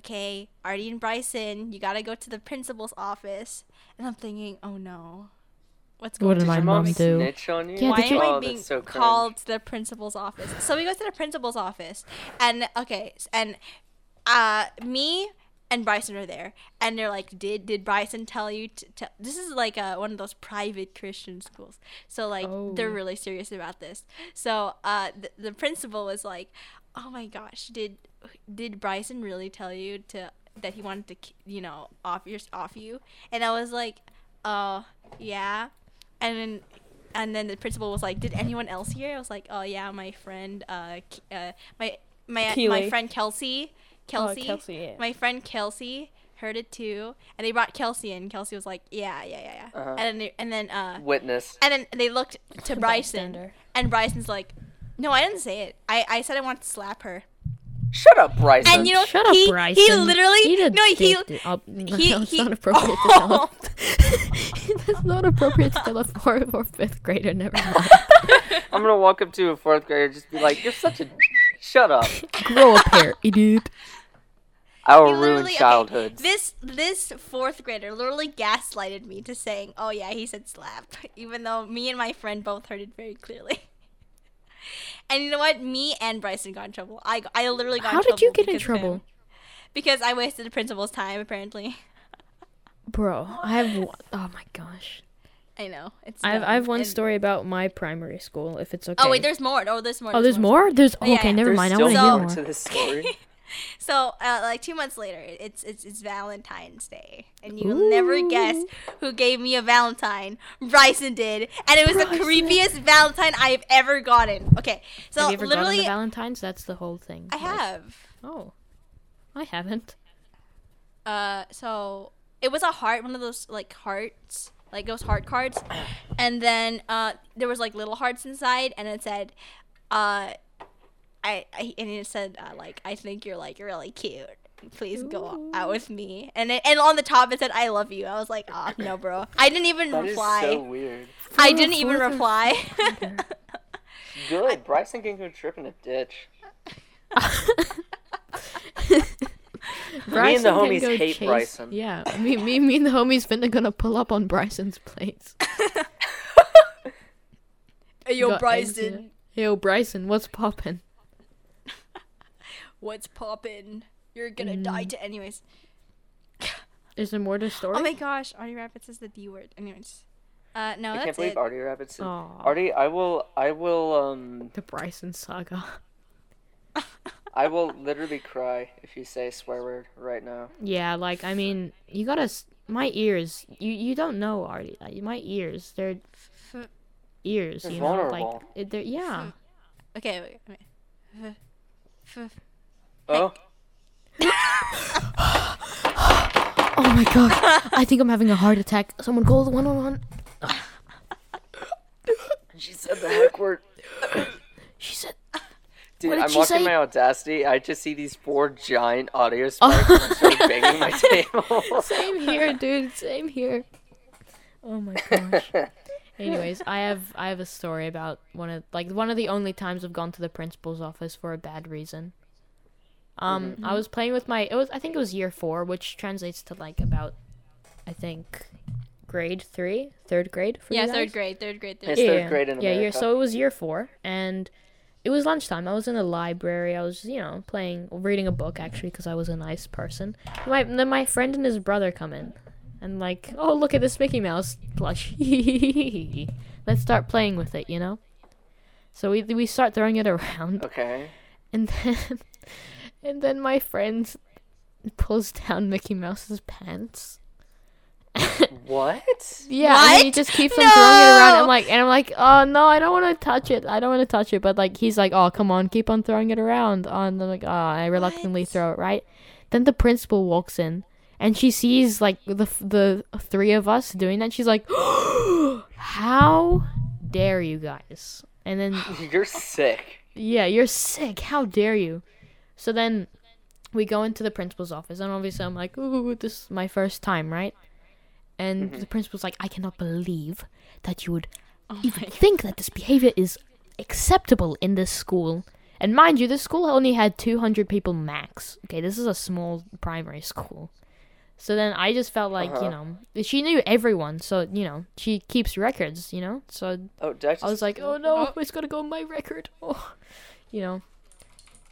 [SPEAKER 5] okay, Artie and Bryson, you gotta go to the principal's office, and I'm thinking, oh no, what's
[SPEAKER 4] What
[SPEAKER 5] going
[SPEAKER 4] did
[SPEAKER 5] on?
[SPEAKER 4] my
[SPEAKER 1] Your
[SPEAKER 4] mom
[SPEAKER 1] mom
[SPEAKER 4] do?
[SPEAKER 1] snitch on you?
[SPEAKER 4] Yeah,
[SPEAKER 5] Why
[SPEAKER 4] did you-
[SPEAKER 5] am
[SPEAKER 1] oh,
[SPEAKER 5] I being
[SPEAKER 1] that's so cringe.
[SPEAKER 5] called to the principal's office? So we go to the principal's office, and okay, s- and uh, me and Bryson are there, and they're like, "Did did Bryson tell you?" To, to this is like uh, one of those private Christian schools, so like they're
[SPEAKER 4] Oh.
[SPEAKER 5] really serious about this. So uh, the, the principal was like, "Oh my gosh, did did Bryson really tell you to that he wanted to ki- you know off your off you?" And I was like, "Oh yeah," and then and then the principal was like, "Did anyone else hear?" I was like, "Oh yeah, my friend, uh, K- uh my my my
[SPEAKER 2] Keely.
[SPEAKER 5] friend Kelsey,
[SPEAKER 4] Oh,
[SPEAKER 5] Kelsey,
[SPEAKER 2] Kelsey, yeah.
[SPEAKER 5] my friend Kelsey heard it too." And they brought Kelsey in. Kelsey was like, "Yeah, yeah, yeah, yeah,"
[SPEAKER 1] Uh-huh.
[SPEAKER 5] and then they, and then uh
[SPEAKER 1] Witness.
[SPEAKER 5] and then they looked to Bryson,
[SPEAKER 2] bystander.
[SPEAKER 5] and Bryson's like, "No, I didn't say it. I I said I wanted to slap her."
[SPEAKER 1] Shut up, Bryson.
[SPEAKER 5] And you know
[SPEAKER 4] Shut
[SPEAKER 5] he
[SPEAKER 4] up, Bryson.
[SPEAKER 5] he literally
[SPEAKER 4] Eat a
[SPEAKER 5] no he
[SPEAKER 4] dick, dude. Oh, no,
[SPEAKER 5] he-
[SPEAKER 4] no, it's
[SPEAKER 5] he-
[SPEAKER 4] not appropriate to tell. That's not appropriate to tell a fourth or fifth grader. Never mind.
[SPEAKER 1] I'm gonna walk up to a fourth grader and just be like, "You're such a." Shut up.
[SPEAKER 4] Grow a pair, idiot.
[SPEAKER 1] I will
[SPEAKER 5] He
[SPEAKER 1] ruin
[SPEAKER 5] literally- okay,
[SPEAKER 1] childhoods.
[SPEAKER 5] this this fourth grader literally gaslighted me to saying, "Oh yeah, he said slap," even though me and my friend both heard it very clearly. and you know what? Me and Bryson got in trouble. I I literally got.
[SPEAKER 4] How
[SPEAKER 5] in
[SPEAKER 4] did you get in
[SPEAKER 5] because of him.
[SPEAKER 4] trouble?
[SPEAKER 5] Because I wasted the principal's time. Apparently,
[SPEAKER 4] Bro, I have one oh my gosh.
[SPEAKER 5] I know it's.
[SPEAKER 4] I have
[SPEAKER 5] dumb.
[SPEAKER 4] I have one
[SPEAKER 5] And-
[SPEAKER 4] story about my primary school if it's okay.
[SPEAKER 5] Oh wait, there's more. Oh, there's more.
[SPEAKER 4] Oh, there's more? There's oh,
[SPEAKER 5] Yeah,
[SPEAKER 4] okay,
[SPEAKER 5] yeah.
[SPEAKER 4] never
[SPEAKER 1] There's
[SPEAKER 4] mind. I
[SPEAKER 1] still
[SPEAKER 4] want to hear
[SPEAKER 1] more
[SPEAKER 4] more.
[SPEAKER 1] to this story.
[SPEAKER 5] So, uh, like two months later, it's it's, it's Valentine's Day, and you'll never guess who gave me a Valentine. Bryson did, and it was the creepiest Valentine I've ever gotten. Okay, so
[SPEAKER 4] have you ever gone on the
[SPEAKER 5] literally,
[SPEAKER 4] Valentine's? That's the whole thing.
[SPEAKER 5] I
[SPEAKER 4] Like,
[SPEAKER 5] have.
[SPEAKER 4] oh, I haven't.
[SPEAKER 5] Uh, so it was a heart, one of those like hearts, like those heart cards, and then uh, there was like little hearts inside, and it said, uh, I, I and it said uh, like I think you're like really cute. Please go out with me. And it, and on the top it said I love you. I was like, ah, no, bro. I didn't even
[SPEAKER 1] That is
[SPEAKER 5] reply.
[SPEAKER 1] so weird.
[SPEAKER 5] I
[SPEAKER 4] For-
[SPEAKER 5] didn't even
[SPEAKER 4] for the-
[SPEAKER 5] reply.
[SPEAKER 1] Good. Bryson can go trip in a ditch.
[SPEAKER 4] Bryson
[SPEAKER 1] the
[SPEAKER 4] can
[SPEAKER 1] homies
[SPEAKER 4] go
[SPEAKER 1] hate
[SPEAKER 4] chase-
[SPEAKER 1] Bryson.
[SPEAKER 4] Yeah, me, me, me and the homies finna gonna pull up on Bryson's place.
[SPEAKER 5] Yo,
[SPEAKER 4] Got eggs
[SPEAKER 5] Bryson,
[SPEAKER 4] yet? Yo, Bryson, what's poppin'?
[SPEAKER 5] what's poppin'? You're gonna die to anyways.
[SPEAKER 4] Is there more to the story?
[SPEAKER 5] Oh my gosh, Artie Rabbits is the D word. Anyways, uh, no,
[SPEAKER 1] I
[SPEAKER 5] that's
[SPEAKER 1] can't believe
[SPEAKER 5] it.
[SPEAKER 1] Artie Rabbit's.
[SPEAKER 4] Aw.
[SPEAKER 1] Artie, I will. I will. Um.
[SPEAKER 4] the Bryson saga.
[SPEAKER 1] I will literally cry if you say a swear word right now.
[SPEAKER 4] Yeah, like I mean, you gotta. s- My ears, you you don't know already. uh, My ears, they're ears.
[SPEAKER 1] They're
[SPEAKER 4] you know, like
[SPEAKER 1] vulnerable.
[SPEAKER 4] it- they're yeah.
[SPEAKER 2] Okay, wait, wait. F- f-
[SPEAKER 1] Oh,
[SPEAKER 4] Oh my god, I think I'm having a heart attack. Someone call the one on one.
[SPEAKER 1] she said the heck word.
[SPEAKER 4] She said,
[SPEAKER 1] Dude,
[SPEAKER 4] did
[SPEAKER 1] I'm
[SPEAKER 4] she
[SPEAKER 1] watching
[SPEAKER 4] say?
[SPEAKER 1] my Audacity. I just see these four giant audio spikes and I start banging my table.
[SPEAKER 4] "Same here, dude. Same here." Oh my gosh. Anyways, I have I have a story about one of like one of the only times I've gone to the principal's office for a bad reason. Um, I was playing with my it was I think it was year four, which translates to like about I think grade three, third grade. For you
[SPEAKER 2] yeah,
[SPEAKER 4] guys?
[SPEAKER 2] third grade, third grade, third
[SPEAKER 1] It's
[SPEAKER 2] grade.
[SPEAKER 1] third grade in
[SPEAKER 4] yeah, year,
[SPEAKER 1] America.
[SPEAKER 4] so it was year four, and it was lunchtime. I was in the library. I was, you know, playing, reading a book actually, because I was a nice person. My then my friend and his brother come in, and like, oh look at this Mickey Mouse plush. Let's start playing with it, you know. So we we start throwing it around,
[SPEAKER 1] Okay.
[SPEAKER 4] and then and then my friend pulls down Mickey Mouse's pants.
[SPEAKER 1] What?
[SPEAKER 4] Yeah, and he
[SPEAKER 2] What?
[SPEAKER 4] just keeps on throwing it around. I'm
[SPEAKER 2] No!
[SPEAKER 4] like, and I'm like, oh no, I don't want to touch it. I don't want to touch it. But like, he's like, oh come on, keep on throwing it around. And I'm like, oh, I reluctantly throw it. Right. Then the principal walks in, and she sees like the the three of us doing that. She's like, how dare you guys? And then
[SPEAKER 1] You're sick.
[SPEAKER 4] yeah, you're sick. How dare you? So then we go into the principal's office, and obviously I'm like, ooh, this is my first time, right? And the principal's like, I cannot believe that you would
[SPEAKER 5] Oh
[SPEAKER 2] Oh
[SPEAKER 4] even think that this behavior is acceptable in this school. And mind you, this school only had 200 people max. Okay, this is a small primary school. So then I just felt like, you know, she knew everyone, so, you know, she keeps records, you know? So
[SPEAKER 1] Oh, did I just...
[SPEAKER 4] I was like, oh no, it's gonna go on my record. Oh, you know.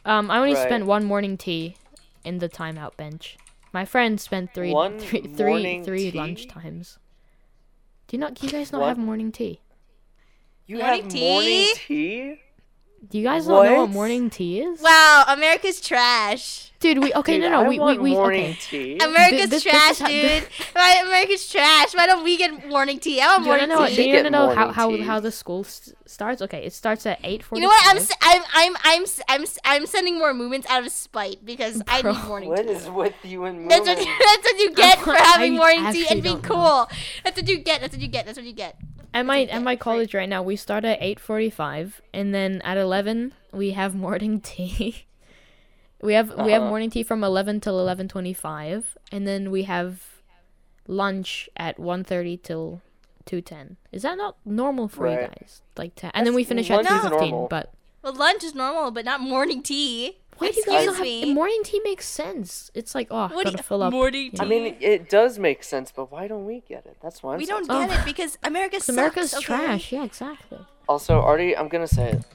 [SPEAKER 4] Um, I only
[SPEAKER 1] Right.
[SPEAKER 4] spent one morning tea in the timeout bench. My friend spent three,
[SPEAKER 1] One
[SPEAKER 4] three, three,
[SPEAKER 1] morning
[SPEAKER 4] three
[SPEAKER 1] tea?
[SPEAKER 4] lunch times. Do you not? Do you guys not
[SPEAKER 1] What?
[SPEAKER 4] have morning tea?
[SPEAKER 1] you
[SPEAKER 2] Morning
[SPEAKER 1] have
[SPEAKER 2] tea?
[SPEAKER 1] morning tea?
[SPEAKER 4] Do you guys not know what
[SPEAKER 1] What?
[SPEAKER 4] morning tea is?
[SPEAKER 2] Wow, America's trash.
[SPEAKER 4] Dude, we okay?
[SPEAKER 1] Dude,
[SPEAKER 4] no, no,
[SPEAKER 1] I
[SPEAKER 4] we
[SPEAKER 1] want
[SPEAKER 4] we, we
[SPEAKER 1] morning
[SPEAKER 4] okay.
[SPEAKER 1] tea.
[SPEAKER 2] America's
[SPEAKER 4] this- this
[SPEAKER 2] trash,
[SPEAKER 4] is how-
[SPEAKER 2] dude. Why America's trash. Why don't we get morning tea? I want
[SPEAKER 4] Do you wanna
[SPEAKER 2] morning
[SPEAKER 4] know?
[SPEAKER 1] tea.
[SPEAKER 4] Do you wanna
[SPEAKER 1] Get
[SPEAKER 4] know how
[SPEAKER 1] morning
[SPEAKER 4] how,
[SPEAKER 1] tea.
[SPEAKER 4] how the school s- starts? Okay, it starts at eight
[SPEAKER 2] You
[SPEAKER 4] forty.
[SPEAKER 2] know what? I'm s- I'm I'm I'm s- I'm s- I'm sending more movements out of spite because I
[SPEAKER 4] Bro.
[SPEAKER 2] need morning
[SPEAKER 1] What
[SPEAKER 2] tea.
[SPEAKER 1] is with you and morning?
[SPEAKER 2] That's what, you, that's what you get for having
[SPEAKER 4] I
[SPEAKER 2] morning tea
[SPEAKER 4] actually
[SPEAKER 2] and being
[SPEAKER 4] don't know.
[SPEAKER 2] cool. That's what you get. That's what you get. That's what you get.
[SPEAKER 4] At my at
[SPEAKER 2] okay,
[SPEAKER 4] my
[SPEAKER 2] free.
[SPEAKER 4] college right now, we start at eight forty five, and then at eleven we have morning tea. we have we
[SPEAKER 2] Uh-uh.
[SPEAKER 4] have
[SPEAKER 1] Uh-huh.
[SPEAKER 4] morning tea from eleven till eleven twenty five, and then we have lunch at 1.30 till two ten. Is that not normal for you
[SPEAKER 1] Right.
[SPEAKER 4] guys? Like, to, and then we finish at
[SPEAKER 1] lunch
[SPEAKER 4] two
[SPEAKER 1] is
[SPEAKER 4] fifteen.
[SPEAKER 1] normal.
[SPEAKER 4] But
[SPEAKER 2] Well, lunch is normal, but not morning tea.
[SPEAKER 4] why do you guys
[SPEAKER 2] Excuse
[SPEAKER 4] not have
[SPEAKER 2] me.
[SPEAKER 4] morning tea? Makes sense. It's like oh,
[SPEAKER 2] What do
[SPEAKER 4] gotta
[SPEAKER 2] you-
[SPEAKER 4] fill up.
[SPEAKER 2] morning
[SPEAKER 4] you
[SPEAKER 1] I
[SPEAKER 4] know.
[SPEAKER 1] mean, it does make sense, but why don't we get it? That's why I'm
[SPEAKER 2] we
[SPEAKER 1] so
[SPEAKER 2] don't
[SPEAKER 4] Oh.
[SPEAKER 2] get it because America sucks.
[SPEAKER 4] America's
[SPEAKER 2] okay?
[SPEAKER 4] trash. Yeah, exactly.
[SPEAKER 1] Also, Artie, I'm gonna say it.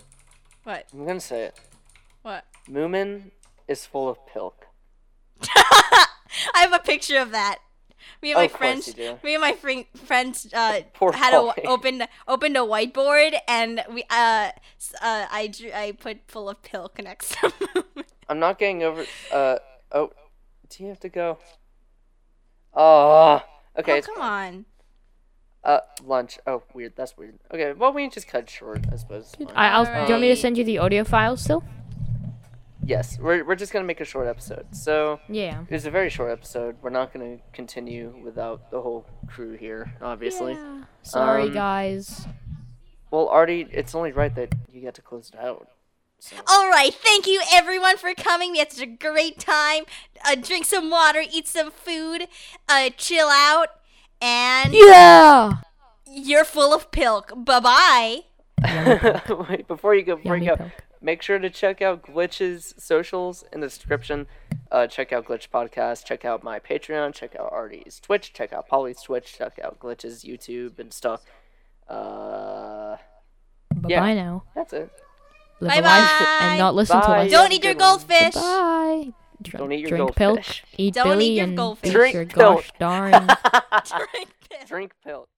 [SPEAKER 2] What?
[SPEAKER 1] I'm gonna say it.
[SPEAKER 2] What?
[SPEAKER 1] Moomin is full of pilk.
[SPEAKER 2] I have a picture of that. Me and
[SPEAKER 1] Oh,
[SPEAKER 2] my
[SPEAKER 1] of course
[SPEAKER 2] friends,
[SPEAKER 1] you do.
[SPEAKER 2] me and my fri- friends uh,
[SPEAKER 1] Poor
[SPEAKER 2] had a
[SPEAKER 1] boy.
[SPEAKER 2] opened opened a whiteboard, and we uh, s- uh I drew I put full of pill next to him.
[SPEAKER 1] I'm not getting over. Uh oh, do you have to go? Ah, okay.
[SPEAKER 2] oh
[SPEAKER 1] it's-
[SPEAKER 2] come on!
[SPEAKER 1] Uh, lunch. Oh, weird. That's weird. Okay, well we can just cut it short, I suppose. it's fine.
[SPEAKER 4] I, I'll, Do you want me to
[SPEAKER 2] Alright.
[SPEAKER 4] send you the audio file still?
[SPEAKER 1] Yes, we're we're just gonna make a short episode. So
[SPEAKER 4] Yeah.
[SPEAKER 1] it was a very short episode. We're not gonna continue without the whole crew here, obviously.
[SPEAKER 4] Yeah. Sorry,
[SPEAKER 1] Um,
[SPEAKER 4] guys.
[SPEAKER 1] Well, Artie, it's only right that you get to close it out.
[SPEAKER 2] All right, thank you everyone for coming. We had such a great time. Uh, drink some water, eat some food, uh, chill out, and
[SPEAKER 4] Yeah.
[SPEAKER 2] you're full of pilk. Bye bye.
[SPEAKER 1] Wait, before you go, before you go,
[SPEAKER 4] Yummy poke.
[SPEAKER 1] make sure to check out Glitch's socials in the description. Uh, check out Glitch Podcast. Check out my Patreon. Check out Artie's Twitch. Check out Polly's Twitch. Check out Glitch's YouTube and stuff. Uh,
[SPEAKER 4] Bye
[SPEAKER 1] Yeah.
[SPEAKER 4] bye now.
[SPEAKER 1] that's it.
[SPEAKER 4] Live a life
[SPEAKER 2] Bye-bye.
[SPEAKER 4] and not listen
[SPEAKER 1] Bye.
[SPEAKER 4] to us.
[SPEAKER 2] Don't eat your goldfish.
[SPEAKER 4] Bye. Dr-
[SPEAKER 1] Don't eat your
[SPEAKER 4] Drink
[SPEAKER 1] goldfish.
[SPEAKER 4] pilk. Eat
[SPEAKER 2] Don't eat
[SPEAKER 4] Billy
[SPEAKER 2] your
[SPEAKER 4] and
[SPEAKER 2] goldfish.
[SPEAKER 4] eat
[SPEAKER 1] Drink
[SPEAKER 4] your
[SPEAKER 1] pilk.
[SPEAKER 4] gosh darn.
[SPEAKER 2] Drink pilk.
[SPEAKER 1] Drink pilk.